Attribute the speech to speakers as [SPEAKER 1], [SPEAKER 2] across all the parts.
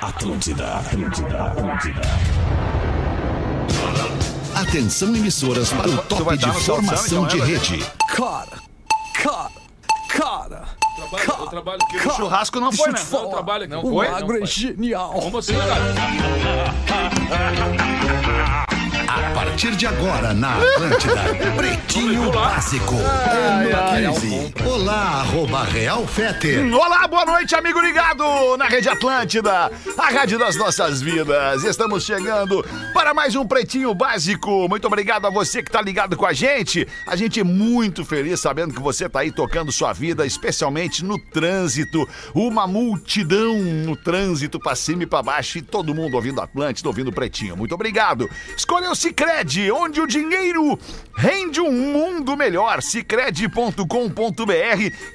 [SPEAKER 1] Atlântida, Atlântida, Atlântida. Atenção emissoras para o top de
[SPEAKER 2] então,
[SPEAKER 1] formação
[SPEAKER 2] né,
[SPEAKER 1] de rede.
[SPEAKER 3] Cara, cara, cara.
[SPEAKER 4] Trabalho,
[SPEAKER 3] cara,
[SPEAKER 4] eu trabalho aqui.
[SPEAKER 3] cara,
[SPEAKER 4] O
[SPEAKER 2] churrasco não
[SPEAKER 3] deixa
[SPEAKER 2] foi,
[SPEAKER 3] eu te
[SPEAKER 2] né?
[SPEAKER 4] Não,
[SPEAKER 3] falar,
[SPEAKER 4] trabalho aqui. Não
[SPEAKER 3] o
[SPEAKER 4] foi?
[SPEAKER 3] agro
[SPEAKER 4] Não
[SPEAKER 3] é
[SPEAKER 4] foi.
[SPEAKER 3] genial.
[SPEAKER 4] Como assim, cara?
[SPEAKER 1] A partir de agora na Atlântida, Pretinho
[SPEAKER 4] Vamos lá.
[SPEAKER 1] Básico,
[SPEAKER 2] é um
[SPEAKER 1] ano 15. Olá, arroba Real Feter.
[SPEAKER 2] Hum, Olá, boa noite, amigo ligado na Rede Atlântida, a rádio das nossas vidas. Estamos chegando para mais um Pretinho Básico. Muito obrigado a você que está ligado com a gente. A gente é muito feliz sabendo que você está aí tocando sua vida, especialmente no trânsito. Uma multidão no trânsito para cima e para baixo e todo mundo ouvindo Atlântida, ouvindo Pretinho. Muito obrigado. Escolha o Cicred, onde o dinheiro rende um mundo melhor. Cicred.com.br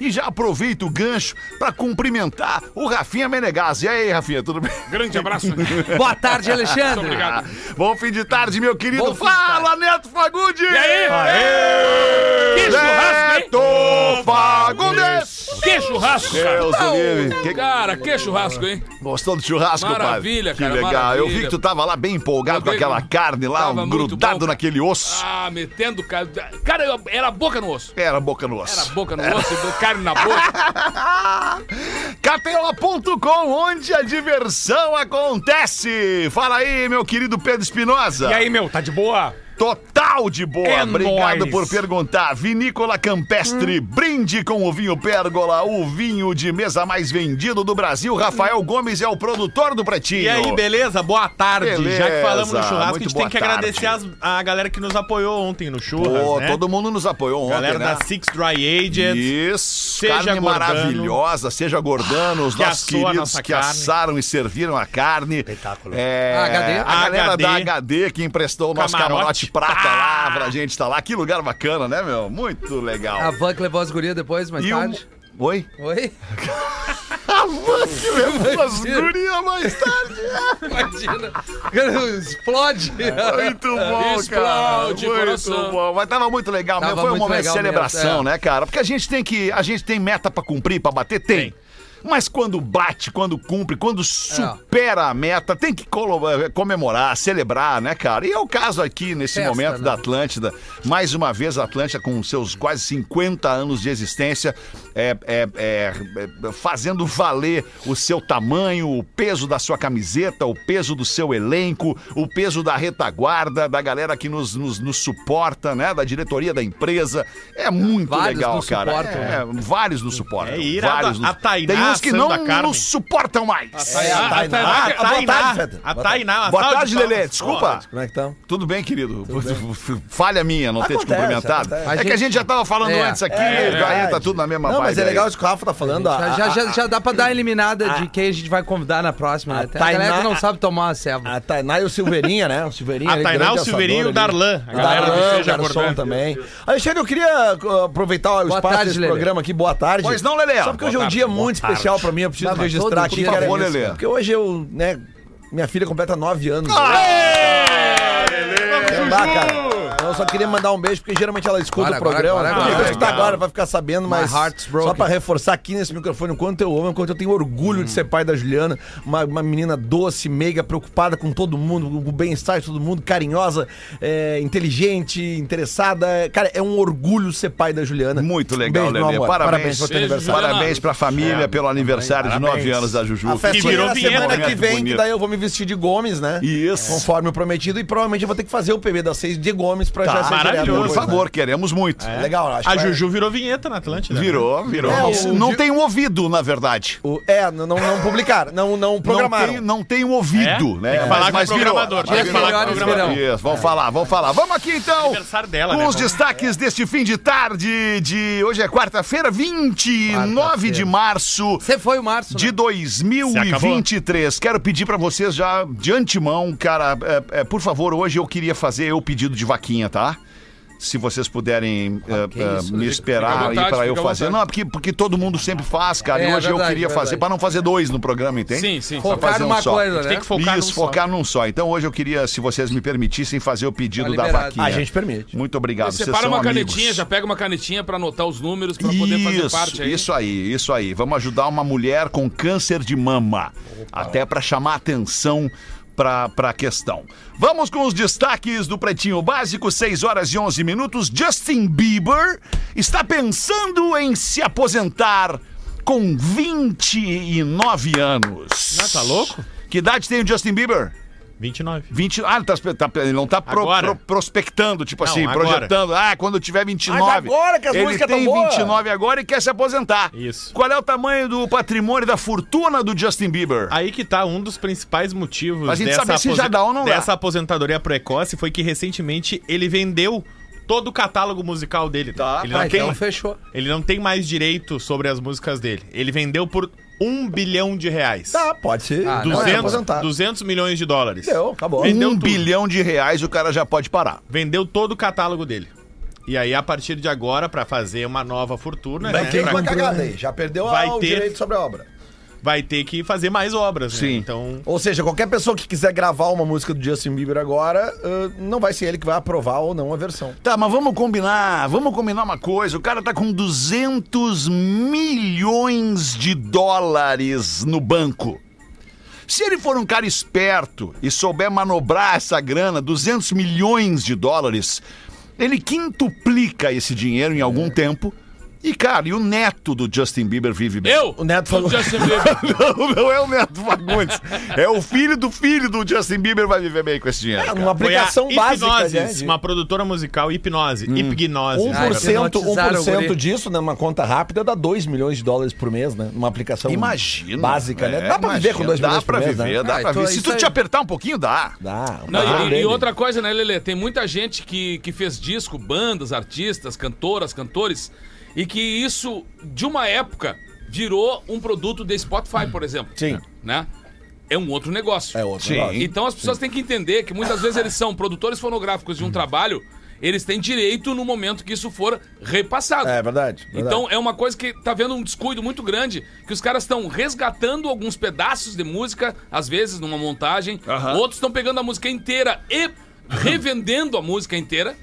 [SPEAKER 2] e já aproveita o gancho para cumprimentar o Rafinha Menegas. E aí, Rafinha, tudo bem?
[SPEAKER 4] Grande abraço.
[SPEAKER 3] Boa tarde, Alexandre.
[SPEAKER 4] Obrigado.
[SPEAKER 2] Bom fim de tarde, meu querido.
[SPEAKER 3] Bom fim de
[SPEAKER 2] Fala, Neto Fagundes!
[SPEAKER 4] E aí? Que churrasco, hein?
[SPEAKER 2] Neto Fagundes!
[SPEAKER 4] Que churrasco, cara.
[SPEAKER 2] Deus do livre. Que-
[SPEAKER 4] Cara, que churrasco, hein?
[SPEAKER 2] Gostou do churrasco,
[SPEAKER 4] Maravilha,
[SPEAKER 2] padre?
[SPEAKER 4] cara,
[SPEAKER 2] Que legal. Eu vi
[SPEAKER 4] maravilha.
[SPEAKER 2] que tu tava lá bem empolgado com
[SPEAKER 4] Eu vi,
[SPEAKER 2] aquela
[SPEAKER 4] mano.
[SPEAKER 2] carne lá,
[SPEAKER 4] Tava
[SPEAKER 2] um
[SPEAKER 4] muito bom,
[SPEAKER 2] grudado
[SPEAKER 4] cara.
[SPEAKER 2] naquele osso.
[SPEAKER 4] Ah, metendo cara. Cara, eu- era a boca no osso.
[SPEAKER 2] Era boca no
[SPEAKER 4] Era a
[SPEAKER 2] osso.
[SPEAKER 4] boca no osso, deu carne na boca.
[SPEAKER 2] KTO.com, onde a diversão acontece. Fala aí, meu querido Pedro Espinosa.
[SPEAKER 5] E aí, meu, tá de boa?
[SPEAKER 2] Total de boa,
[SPEAKER 5] É
[SPEAKER 2] obrigado
[SPEAKER 5] nóis.
[SPEAKER 2] por perguntar. Vinícola Campestre, brinde com o vinho Pérgola, o vinho de mesa mais vendido do Brasil. Rafael Gomes é o produtor do Pretinho.
[SPEAKER 5] E aí, beleza? Boa tarde.
[SPEAKER 2] Beleza,
[SPEAKER 5] Já que falamos do churrasco,
[SPEAKER 2] muito
[SPEAKER 5] a gente
[SPEAKER 2] boa
[SPEAKER 5] tem que
[SPEAKER 2] tarde.
[SPEAKER 5] agradecer as- a galera que nos apoiou ontem no churras,
[SPEAKER 2] Pô,
[SPEAKER 5] né?
[SPEAKER 2] todo mundo nos apoiou ontem,
[SPEAKER 5] galera
[SPEAKER 2] né?
[SPEAKER 5] da Six Dry Agents.
[SPEAKER 2] Isso,
[SPEAKER 5] Seja
[SPEAKER 2] carne
[SPEAKER 5] Gordano. Ah,
[SPEAKER 2] maravilhosa, seja Gordano, os
[SPEAKER 5] Que
[SPEAKER 2] nossos
[SPEAKER 5] assou a
[SPEAKER 2] queridos
[SPEAKER 5] nossa
[SPEAKER 2] que
[SPEAKER 5] carne.
[SPEAKER 2] assaram e serviram a carne. Espetáculo. É,
[SPEAKER 3] A HD.
[SPEAKER 2] A galera
[SPEAKER 5] HD.
[SPEAKER 2] da HD que emprestou o nosso camarote,
[SPEAKER 5] Camarote.
[SPEAKER 2] prata
[SPEAKER 5] Ah!
[SPEAKER 2] lá pra gente estar lá. Que lugar bacana, né, meu? Muito legal.
[SPEAKER 3] A van que levou as gurias depois, mais
[SPEAKER 2] E o-
[SPEAKER 3] tarde.
[SPEAKER 2] Oi?
[SPEAKER 3] Oi?
[SPEAKER 2] A van que levou as gurias mais tarde.
[SPEAKER 3] Imagina. Cara, Explode.
[SPEAKER 2] Muito bom, cara.
[SPEAKER 4] Explode,
[SPEAKER 2] muito
[SPEAKER 4] coração.
[SPEAKER 2] bom. Mas tava muito legal,
[SPEAKER 3] Tava
[SPEAKER 2] mesmo. Foi um
[SPEAKER 3] muito
[SPEAKER 2] momento de
[SPEAKER 3] legal
[SPEAKER 2] celebração,
[SPEAKER 3] mesmo, é.
[SPEAKER 2] né, cara? Porque a gente tem que. A gente tem meta pra cumprir, pra bater? Tem. Mas quando bate, quando cumpre, quando supera a meta, tem que colo- eh, comemorar, celebrar, né, cara? E é o caso aqui nesse
[SPEAKER 3] Festa,
[SPEAKER 2] momento
[SPEAKER 3] né?
[SPEAKER 2] da Atlântida. Mais uma vez, a Atlântida, com seus quase 50 anos de existência, é, é- é- é- fazendo valer o seu tamanho, o peso da sua camiseta, o peso do seu elenco, o peso da retaguarda, da galera que nos, nos- nos suporta, né? Da diretoria da empresa. É muito
[SPEAKER 3] Vários
[SPEAKER 2] legal,
[SPEAKER 3] nos
[SPEAKER 2] cara.
[SPEAKER 3] suportam,
[SPEAKER 2] É,
[SPEAKER 3] né?
[SPEAKER 2] vários nos suportam.
[SPEAKER 5] É irado.
[SPEAKER 2] vários
[SPEAKER 5] A Tainá,
[SPEAKER 2] Tem uns que não
[SPEAKER 5] Sandra Carmen.
[SPEAKER 2] nos suportam mais.
[SPEAKER 4] Aí, a- a-
[SPEAKER 5] Ah,
[SPEAKER 4] a-
[SPEAKER 5] a Tainá.
[SPEAKER 6] tarde, Feder.
[SPEAKER 5] a Tainá. uma
[SPEAKER 2] Boa
[SPEAKER 5] salva
[SPEAKER 2] tarde,
[SPEAKER 5] de palmas.
[SPEAKER 2] Lelê. Desculpa.
[SPEAKER 6] Como é que estão?
[SPEAKER 2] Tudo bem, querido? Falha minha não ter te
[SPEAKER 6] Acontece,
[SPEAKER 2] cumprimentado.
[SPEAKER 6] acontece.
[SPEAKER 2] É
[SPEAKER 3] A
[SPEAKER 2] que a
[SPEAKER 3] gente-
[SPEAKER 2] gente já tava falando
[SPEAKER 3] É.
[SPEAKER 2] antes aqui,
[SPEAKER 6] É,
[SPEAKER 2] já
[SPEAKER 6] verdade.
[SPEAKER 2] tá tudo na mesma
[SPEAKER 6] Não, mas
[SPEAKER 2] vibe
[SPEAKER 6] é
[SPEAKER 2] aí.
[SPEAKER 6] legal isso que o Rafa tá falando.
[SPEAKER 3] Já,
[SPEAKER 6] A,
[SPEAKER 3] já,
[SPEAKER 6] a-
[SPEAKER 3] já, já dá pra dar a eliminada de quem a gente vai convidar na próxima, né?
[SPEAKER 6] A
[SPEAKER 3] Tem A galera que
[SPEAKER 6] Tainá-
[SPEAKER 3] não sabe tomar uma ceva.
[SPEAKER 6] a Tainá e o Silveirinha, né? O Silveirinha.
[SPEAKER 5] A
[SPEAKER 6] ali,
[SPEAKER 5] Tainá, o
[SPEAKER 6] grande
[SPEAKER 5] Silveirinho e o
[SPEAKER 6] assador ali.
[SPEAKER 5] Darlan. A
[SPEAKER 6] O
[SPEAKER 5] galera do
[SPEAKER 6] Darlan, o
[SPEAKER 5] Seja
[SPEAKER 6] garçom
[SPEAKER 5] Gordão.
[SPEAKER 6] também. Alexandre, eu queria uh, aproveitar o
[SPEAKER 3] Boa
[SPEAKER 6] espaço
[SPEAKER 3] tarde,
[SPEAKER 6] desse
[SPEAKER 3] Lelê.
[SPEAKER 6] programa aqui. Boa tarde.
[SPEAKER 2] Pois não, Lelê?
[SPEAKER 6] Só porque hoje é um
[SPEAKER 5] Boa
[SPEAKER 6] dia
[SPEAKER 5] tarde,
[SPEAKER 6] muito
[SPEAKER 5] boa
[SPEAKER 6] especial
[SPEAKER 5] tarde.
[SPEAKER 6] pra mim, eu preciso
[SPEAKER 3] Não, mas
[SPEAKER 6] registrar
[SPEAKER 3] todo
[SPEAKER 6] aqui.
[SPEAKER 3] dia,
[SPEAKER 6] cara,
[SPEAKER 3] por favor,
[SPEAKER 6] isso,
[SPEAKER 2] Lelê.
[SPEAKER 6] Porque hoje eu, né, minha filha completa nove anos. Não dá, cara. Então, Eu só queria mandar um beijo, porque geralmente ela escuta
[SPEAKER 3] Agora,
[SPEAKER 6] o programa.
[SPEAKER 3] agora,
[SPEAKER 6] né?
[SPEAKER 3] agora,
[SPEAKER 6] Ela
[SPEAKER 2] agora.
[SPEAKER 6] escuta
[SPEAKER 2] Legal.
[SPEAKER 6] agora, vai ficar sabendo, mas
[SPEAKER 3] heart's broken.
[SPEAKER 6] só pra reforçar aqui nesse microfone o quanto eu amo, o quanto eu tenho orgulho de ser pai da Juliana, uma, uma menina doce, meiga, preocupada com todo mundo, com o bem-estar de todo mundo, carinhosa, é, inteligente, interessada. Cara, é um orgulho ser pai da Juliana.
[SPEAKER 2] Muito
[SPEAKER 6] Um
[SPEAKER 2] legal,
[SPEAKER 6] beijo, meu
[SPEAKER 2] Lelê.
[SPEAKER 6] amor.
[SPEAKER 2] Parabéns.
[SPEAKER 6] Parabéns pelo teu
[SPEAKER 4] Beijo,
[SPEAKER 6] aniversário.
[SPEAKER 2] Parabéns pra família pelo aniversário de nove anos da Juju.
[SPEAKER 6] A festa
[SPEAKER 5] virou
[SPEAKER 6] virou
[SPEAKER 5] vinheta,
[SPEAKER 6] semana
[SPEAKER 5] né?
[SPEAKER 6] que vem, que
[SPEAKER 2] Bonito.
[SPEAKER 6] daí eu vou me vestir de Gomes, né?
[SPEAKER 2] Isso.
[SPEAKER 6] Conforme o prometido, e provavelmente eu vou ter que fazer o PB das seis de Gomes pra já ser direto
[SPEAKER 5] Tá, maravilhoso.
[SPEAKER 2] Tá.
[SPEAKER 5] É.
[SPEAKER 2] Por
[SPEAKER 6] depois,
[SPEAKER 2] favor, queremos muito.
[SPEAKER 6] né? Legal, acho
[SPEAKER 5] A
[SPEAKER 6] que vai-
[SPEAKER 5] Juju virou vinheta na Atlântida. né?
[SPEAKER 2] Virou, virou.
[SPEAKER 6] É,
[SPEAKER 2] Isso
[SPEAKER 6] o-
[SPEAKER 2] não tem um ouvido, na verdade.
[SPEAKER 6] O- é, não, não, não publicaram, não, não programaram.
[SPEAKER 2] Não tem, não tem um ouvido,
[SPEAKER 5] É?
[SPEAKER 2] né?
[SPEAKER 5] Tem que falar com o programador,
[SPEAKER 2] mas
[SPEAKER 3] tem que
[SPEAKER 2] virou.
[SPEAKER 3] falar com o programador.
[SPEAKER 2] Isso, vamos falar, vamos falar. Vamos aqui então.
[SPEAKER 5] Aniversário dela,
[SPEAKER 2] com
[SPEAKER 5] né?
[SPEAKER 2] os destaques deste fim de tarde de hoje é quarta-feira, 29 de
[SPEAKER 3] Quarta-feira.
[SPEAKER 2] março.
[SPEAKER 3] Você foi o Março,
[SPEAKER 2] de
[SPEAKER 3] né?
[SPEAKER 2] 2023. Quero pedir pra vocês já de antemão, cara, é, é, por favor, hoje eu queria fazer eu pedido de vaquinha, tá? se vocês puderem eh,
[SPEAKER 3] que
[SPEAKER 2] eh,
[SPEAKER 3] isso,
[SPEAKER 2] me
[SPEAKER 3] Zico.
[SPEAKER 2] esperar
[SPEAKER 4] Fica à
[SPEAKER 2] aí
[SPEAKER 4] vontade,
[SPEAKER 2] para eu
[SPEAKER 4] fica à
[SPEAKER 2] fazer.
[SPEAKER 4] vontade.
[SPEAKER 2] Não, é porque, porque todo mundo sempre faz, cara.
[SPEAKER 3] É,
[SPEAKER 2] e hoje eu
[SPEAKER 3] verdade,
[SPEAKER 2] queria fazer,
[SPEAKER 3] verdade.
[SPEAKER 2] para não fazer dois no programa, entende?
[SPEAKER 4] Sim, sim.
[SPEAKER 2] Só
[SPEAKER 3] Focar
[SPEAKER 2] fazer um
[SPEAKER 3] numa
[SPEAKER 2] só.
[SPEAKER 3] coisa, né?
[SPEAKER 5] Tem que focar
[SPEAKER 2] Isso,
[SPEAKER 5] num só.
[SPEAKER 2] focar num só. Então hoje eu queria, se vocês me permitissem, fazer o pedido
[SPEAKER 3] Tá
[SPEAKER 2] da
[SPEAKER 3] liberado.
[SPEAKER 2] vaquinha.
[SPEAKER 6] A gente permite.
[SPEAKER 2] Muito obrigado. Vocês
[SPEAKER 4] Separa
[SPEAKER 2] são
[SPEAKER 4] uma
[SPEAKER 2] amigos.
[SPEAKER 4] canetinha, já pega uma canetinha pra anotar os números pra poder fazer
[SPEAKER 2] Isso,
[SPEAKER 4] parte aí.
[SPEAKER 2] isso aí, isso aí. Vamos ajudar uma mulher com câncer de mama. Até para chamar atenção para a questão. Vamos com os destaques do Pretinho Básico, 6 horas e 11 minutos. Justin Bieber está pensando em se aposentar com 29 anos.
[SPEAKER 5] Ah, tá louco?
[SPEAKER 2] Que idade tem o Justin Bieber?
[SPEAKER 5] 29.
[SPEAKER 2] 20, ah, ele, tá, tá- ele não tá pro-
[SPEAKER 5] Agora.
[SPEAKER 2] pro- prospectando, tipo
[SPEAKER 5] Não,
[SPEAKER 2] assim,
[SPEAKER 5] agora.
[SPEAKER 2] projetando. Ah, quando eu tiver 29.
[SPEAKER 6] Mas agora que as
[SPEAKER 2] ele
[SPEAKER 6] músicas tão
[SPEAKER 2] tem
[SPEAKER 6] boas.
[SPEAKER 2] 29 agora e quer se aposentar.
[SPEAKER 5] Isso.
[SPEAKER 2] Qual é o tamanho do patrimônio e da fortuna do Justin Bieber?
[SPEAKER 5] Aí que tá um dos principais motivos
[SPEAKER 2] Pra gente saber se já dá ou não é. dá.
[SPEAKER 5] dessa aposentadoria precoce foi que recentemente ele vendeu todo o catálogo musical dele.
[SPEAKER 2] Tá.
[SPEAKER 5] Ele
[SPEAKER 3] Ah,
[SPEAKER 5] não, tem,
[SPEAKER 3] então fechou.
[SPEAKER 5] ele não tem mais direito sobre as músicas dele. Ele vendeu por um bilhão de reais.
[SPEAKER 6] Tá, pode ser.
[SPEAKER 3] Ah, não,
[SPEAKER 6] pode
[SPEAKER 5] 200,
[SPEAKER 6] aposentar.
[SPEAKER 5] 200 milhões de dólares.
[SPEAKER 6] Deu, acabou.
[SPEAKER 5] Vendeu
[SPEAKER 2] um
[SPEAKER 5] tudo.
[SPEAKER 2] bilhão de reais o cara já pode parar.
[SPEAKER 5] Vendeu todo o catálogo dele. E aí, a partir de agora, pra fazer uma nova fortuna,
[SPEAKER 6] Vai
[SPEAKER 5] né,
[SPEAKER 6] ter
[SPEAKER 5] pra-
[SPEAKER 6] uma cagada aí. Já perdeu a-
[SPEAKER 5] Vai
[SPEAKER 6] o
[SPEAKER 5] ter-
[SPEAKER 6] direito sobre a obra.
[SPEAKER 5] vai ter que fazer mais obras, né?
[SPEAKER 2] Sim.
[SPEAKER 5] Então,
[SPEAKER 6] Ou seja, qualquer pessoa que quiser gravar uma música do Justin Bieber agora, ah, não vai ser ele que vai aprovar ou não a versão.
[SPEAKER 2] Tá, mas vamos combinar, vamos combinar uma coisa. O cara tá com 200 milhões de dólares no banco. Se ele for um cara esperto e souber manobrar essa grana, 200 milhões de dólares, ele quintuplica esse dinheiro em algum tempo. E, cara, e o neto do Justin Bieber vive bem.
[SPEAKER 4] Eu?
[SPEAKER 6] O Neto
[SPEAKER 4] Sou
[SPEAKER 6] falou-
[SPEAKER 4] Justin Bieber.
[SPEAKER 2] Não, não é o neto Fagundes. É o filho do filho do Justin Bieber vai viver bem com esse dinheiro. cara.
[SPEAKER 6] Uma aplicação
[SPEAKER 5] foi a
[SPEAKER 6] básica,
[SPEAKER 5] Hipnoses,
[SPEAKER 6] né? Um
[SPEAKER 5] uma produtora musical, Hipnose,
[SPEAKER 2] Hum.
[SPEAKER 5] Hipnose.
[SPEAKER 2] Ah,
[SPEAKER 3] por cento.
[SPEAKER 6] 1%,
[SPEAKER 3] hipnotizaram o
[SPEAKER 6] 1%
[SPEAKER 3] guri.
[SPEAKER 6] disso, né? Uma conta rápida dá 2 milhões de dólares por mês, né? Numa aplicação
[SPEAKER 2] Imagina.
[SPEAKER 6] básica, né?
[SPEAKER 2] É,
[SPEAKER 6] Dá pra viver
[SPEAKER 2] imagina.
[SPEAKER 6] com 2 milhões
[SPEAKER 2] Dá pra
[SPEAKER 6] por mês,
[SPEAKER 2] viver, dá
[SPEAKER 6] né?
[SPEAKER 3] Ah,
[SPEAKER 2] pra
[SPEAKER 3] então
[SPEAKER 2] viver.
[SPEAKER 3] é
[SPEAKER 2] Se
[SPEAKER 3] isso
[SPEAKER 2] tu
[SPEAKER 3] aí.
[SPEAKER 2] te apertar um pouquinho, dá.
[SPEAKER 6] Dá. um
[SPEAKER 4] Não,
[SPEAKER 6] padrão
[SPEAKER 4] e- e,
[SPEAKER 6] dele.
[SPEAKER 4] outra coisa, né, Lelê? Tem muita gente que, que fez disco, bandas, artistas, cantoras, cantores, e que isso, de uma época, virou um produto de Spotify, por exemplo.
[SPEAKER 6] Sim.
[SPEAKER 4] Né? É um outro negócio.
[SPEAKER 6] É outro
[SPEAKER 2] Sim.
[SPEAKER 6] negócio.
[SPEAKER 4] Então as pessoas têm que entender que muitas vezes eles são produtores fonográficos
[SPEAKER 6] Hum.
[SPEAKER 4] de um trabalho, eles têm direito no momento que isso for repassado.
[SPEAKER 6] É verdade. verdade.
[SPEAKER 4] Então é uma coisa que tá vendo um descuido muito grande, que os caras estão resgatando alguns pedaços de música, às vezes numa montagem, outros estão pegando a música inteira e revendendo a música inteira.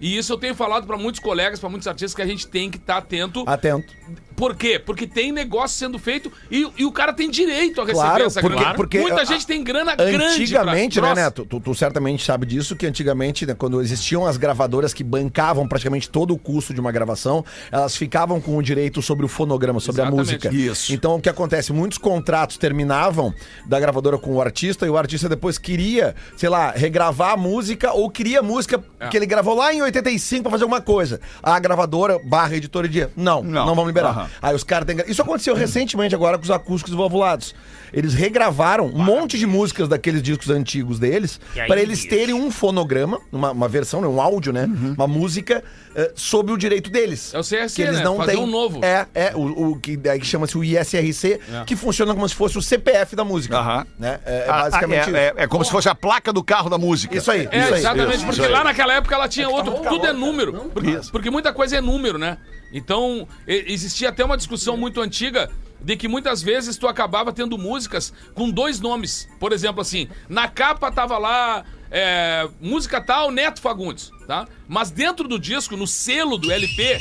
[SPEAKER 4] E isso eu tenho falado pra muitos colegas, pra muitos artistas que a gente tem que estar atento.
[SPEAKER 6] Atento.
[SPEAKER 4] Por quê? Porque tem negócio sendo feito e, e o cara tem direito a receber
[SPEAKER 6] Claro,
[SPEAKER 4] essa
[SPEAKER 6] porque-
[SPEAKER 4] grana.
[SPEAKER 6] porque
[SPEAKER 4] Muita
[SPEAKER 6] a-
[SPEAKER 4] gente tem grana é grande. pra-
[SPEAKER 6] Antigamente, né,
[SPEAKER 4] Nossa,
[SPEAKER 6] Neto? Tu, tu certamente sabe disso, que antigamente, né, quando existiam as gravadoras que bancavam praticamente todo o custo de uma gravação, elas ficavam com o direito sobre o fonograma, sobre a
[SPEAKER 4] Exatamente.
[SPEAKER 6] música.
[SPEAKER 2] Isso.
[SPEAKER 6] Então, o que acontece? Muitos contratos terminavam da gravadora com o artista e o artista depois queria, sei lá, regravar a música ou queria a música
[SPEAKER 4] É.
[SPEAKER 6] que ele gravou lá em 85 pra fazer alguma coisa. A gravadora barra editora dizia, não, não,
[SPEAKER 2] Não.
[SPEAKER 6] vamos liberar.
[SPEAKER 2] Aham.
[SPEAKER 6] Aí os caras têm... gra- Isso aconteceu recentemente agora com os acústicos valvulados. Eles regravaram um monte de músicas daqueles discos antigos deles para eles terem um fonograma, uma, uma versão, né, um áudio, né? Uma música eh, sob o direito deles.
[SPEAKER 4] Uhum. É o CRC,
[SPEAKER 6] que eles
[SPEAKER 4] né?
[SPEAKER 6] não
[SPEAKER 4] Fazer
[SPEAKER 6] têm.
[SPEAKER 4] um novo.
[SPEAKER 6] É, é o, o que daí chama-se o ISRC, que funciona como se fosse o CPF da música.
[SPEAKER 2] É. Aham.
[SPEAKER 6] Né? É, é
[SPEAKER 2] Ah, ah,
[SPEAKER 6] basicamente
[SPEAKER 2] é, é- é como se fosse a placa do carro da música.
[SPEAKER 6] isso. Isso aí,
[SPEAKER 4] É,
[SPEAKER 6] isso aí. Né?
[SPEAKER 4] exatamente,
[SPEAKER 2] Isso,
[SPEAKER 4] porque
[SPEAKER 2] isso aí.
[SPEAKER 4] lá naquela época ela tinha outro.
[SPEAKER 6] muito
[SPEAKER 4] Tudo é
[SPEAKER 6] calor,
[SPEAKER 4] número. porque, porque muita coisa é número, né? Então, e- existia até uma discussão muito antiga de que muitas vezes tu acabava tendo músicas com dois nomes. Por exemplo, assim, na capa tava lá. é, música tal, Neto Fagundes, tá? Mas dentro do disco, no selo do LP,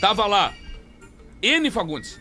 [SPEAKER 4] tava lá N Fagundes.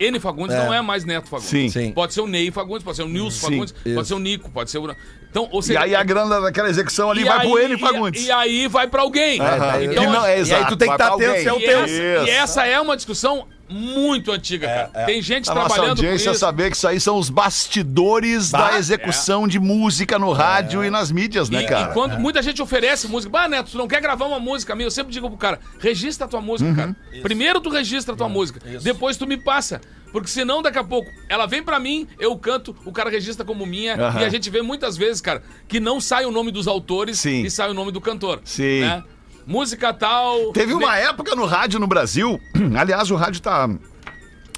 [SPEAKER 4] N Fagundes não é mais Neto Fagundes.
[SPEAKER 2] Sim.
[SPEAKER 6] Sim.
[SPEAKER 4] Pode ser o Ney Fagundes, pode ser o Nilson Fagundes,
[SPEAKER 6] isso.
[SPEAKER 4] pode ser o Nico, pode ser o. Então, ou
[SPEAKER 2] E
[SPEAKER 4] seja,
[SPEAKER 2] aí a grana daquela execução ali vai pro ele e Fagundes.
[SPEAKER 4] e, e aí vai pra alguém.
[SPEAKER 2] Aham.
[SPEAKER 4] Então,
[SPEAKER 2] Que não, é
[SPEAKER 6] e tá aí tu tem que
[SPEAKER 2] vai
[SPEAKER 6] tá
[SPEAKER 2] pra
[SPEAKER 6] atento
[SPEAKER 2] alguém. Tá,
[SPEAKER 6] se é o
[SPEAKER 4] e,
[SPEAKER 6] teu.
[SPEAKER 4] essa, e essa é uma discussão muito antiga, cara. Tem gente
[SPEAKER 2] É, A nossa
[SPEAKER 4] trabalhando com
[SPEAKER 2] audiência
[SPEAKER 4] isso.
[SPEAKER 2] saber que isso aí são os bastidores da execução de música no
[SPEAKER 6] É.
[SPEAKER 2] rádio e nas mídias, né,
[SPEAKER 4] É. E-
[SPEAKER 2] cara?
[SPEAKER 4] E quando muita gente oferece música, bah, Neto, tu não quer gravar uma música minha? Eu sempre digo pro cara, registra a tua música,
[SPEAKER 2] Uhum.
[SPEAKER 4] cara. Primeiro tu registra a
[SPEAKER 2] É.
[SPEAKER 4] tua música, depois tu me passa. Porque senão, daqui a pouco, ela vem pra mim, eu canto, o cara registra como minha.
[SPEAKER 2] Aham.
[SPEAKER 4] E a gente vê muitas vezes, cara, que não sai o nome dos autores
[SPEAKER 2] Sim.
[SPEAKER 4] e sai o nome do cantor.
[SPEAKER 2] Sim.
[SPEAKER 4] né? Música tal.
[SPEAKER 2] Teve uma época no rádio no Brasil, aliás, o rádio tá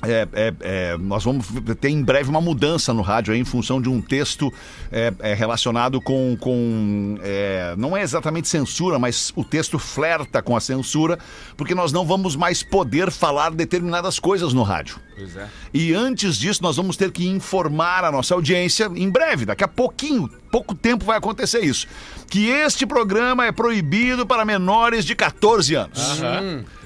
[SPEAKER 2] é, é, é, nós vamos ter em breve uma mudança no rádio aí, em função de um texto é, é, relacionado com. com é, não é exatamente censura, mas o texto flerta com a censura, porque nós não vamos mais poder falar determinadas coisas no rádio.
[SPEAKER 4] Pois é.
[SPEAKER 2] E antes disso, nós vamos ter que informar a nossa audiência em breve, daqui a pouquinho, pouco tempo vai acontecer isso, que este programa é proibido para menores de 14 anos.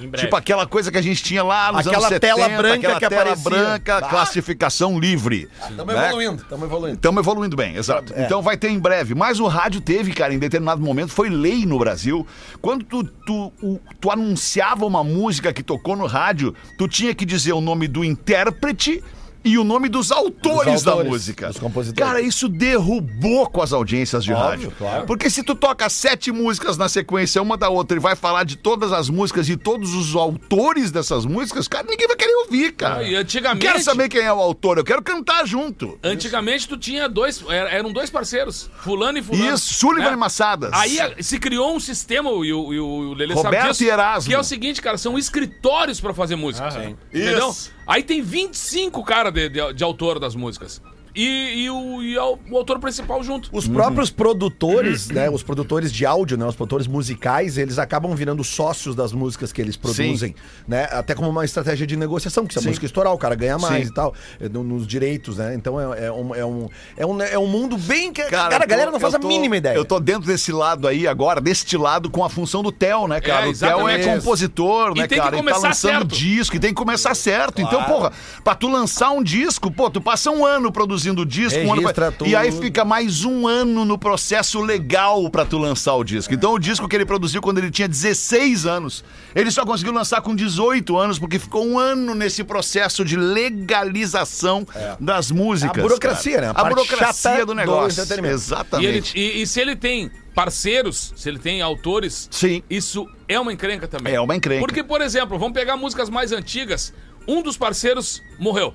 [SPEAKER 7] Em breve.
[SPEAKER 2] Tipo aquela coisa que a gente tinha lá nos
[SPEAKER 6] Aquela
[SPEAKER 2] anos 70,
[SPEAKER 6] tela branca
[SPEAKER 2] aquela
[SPEAKER 6] que
[SPEAKER 2] tela
[SPEAKER 6] aparecia.
[SPEAKER 2] branca,
[SPEAKER 6] Ah.
[SPEAKER 2] classificação livre.
[SPEAKER 6] Estamos
[SPEAKER 2] né?
[SPEAKER 6] evoluindo, estamos evoluindo.
[SPEAKER 2] Estamos evoluindo bem, exato.
[SPEAKER 6] É.
[SPEAKER 2] Então vai ter em breve. Mas o rádio teve, cara, em determinado momento, foi lei no Brasil. Quando tu, tu, o- tu anunciava uma música que tocou no rádio, tu tinha que dizer o nome do intérprete e o nome dos autores,
[SPEAKER 6] Dos
[SPEAKER 2] da
[SPEAKER 6] autores,
[SPEAKER 2] música.
[SPEAKER 6] dos compositores.
[SPEAKER 2] Cara, isso derrubou com as audiências de
[SPEAKER 6] Óbvio,
[SPEAKER 2] rádio.
[SPEAKER 6] claro.
[SPEAKER 2] Porque se tu toca sete músicas na sequência, uma da outra, e vai falar de todas as músicas e todos os autores dessas músicas, cara, ninguém vai querer ouvir, cara.
[SPEAKER 4] Ah, e antigamente-
[SPEAKER 2] Quero saber quem é o autor, eu quero cantar junto.
[SPEAKER 4] Antigamente tu tinha dois, era- eram dois parceiros, fulano e fulano.
[SPEAKER 2] Isso, Sullivan
[SPEAKER 6] É.
[SPEAKER 4] né?
[SPEAKER 2] e Massadas.
[SPEAKER 4] Aí a- se criou um sistema, e o, e o, e o Lelê
[SPEAKER 2] Roberto
[SPEAKER 4] sabe disso,
[SPEAKER 2] e Erasmo.
[SPEAKER 4] que é o seguinte, cara, são escritórios pra fazer música. entendeu? Aí tem 25 cara de, de, de autor das músicas. E, e o, e é o- o autor principal junto.
[SPEAKER 6] Os
[SPEAKER 2] Uhum.
[SPEAKER 6] próprios produtores, né? Os produtores de áudio, né? Os produtores musicais, eles acabam virando sócios das músicas que eles produzem, né? Até como uma estratégia de negociação, que se a música estourar, o cara ganha mais
[SPEAKER 2] Sim.
[SPEAKER 6] e tal, é, no- nos direitos, né? Então é, é um, é, um, é, um, é um mundo bem que. Cara,
[SPEAKER 2] eu
[SPEAKER 6] a galera
[SPEAKER 2] tô-
[SPEAKER 6] não faz a
[SPEAKER 2] eu tô-
[SPEAKER 6] mínima ideia.
[SPEAKER 2] Eu tô dentro desse lado aí agora, deste lado com a função do Theo, né, cara?
[SPEAKER 4] É,
[SPEAKER 2] o Theo é
[SPEAKER 4] exatamente.
[SPEAKER 2] compositor,
[SPEAKER 4] E
[SPEAKER 2] né,
[SPEAKER 4] tem que
[SPEAKER 2] cara? Ele tá
[SPEAKER 4] começar
[SPEAKER 2] lançando
[SPEAKER 4] certo.
[SPEAKER 2] disco e tem que começar certo. Então, porra, pra tu lançar um disco, pô, tu passa um ano produzindo disco, um ano.
[SPEAKER 6] Registra
[SPEAKER 2] pra- E aí
[SPEAKER 6] tudo.
[SPEAKER 2] fica mais um ano no processo legal pra tu lançar o disco. Então, o disco que ele produziu quando ele tinha 16 anos, ele só conseguiu lançar com 18 anos, porque ficou um ano nesse processo de legalização
[SPEAKER 6] É.
[SPEAKER 2] das músicas.
[SPEAKER 6] A burocracia,
[SPEAKER 2] cara.
[SPEAKER 6] né? A
[SPEAKER 2] A,
[SPEAKER 6] parte
[SPEAKER 2] burocracia
[SPEAKER 6] chata
[SPEAKER 2] do
[SPEAKER 6] do
[SPEAKER 2] negócio.
[SPEAKER 4] E,
[SPEAKER 6] entretenimento.
[SPEAKER 4] ele-
[SPEAKER 2] Exatamente.
[SPEAKER 4] e- e se ele tem parceiros, se ele tem autores,
[SPEAKER 2] Sim.
[SPEAKER 4] isso é uma encrenca também.
[SPEAKER 2] É uma encrenca.
[SPEAKER 4] Porque, por exemplo, vamos pegar músicas mais antigas, um dos parceiros morreu.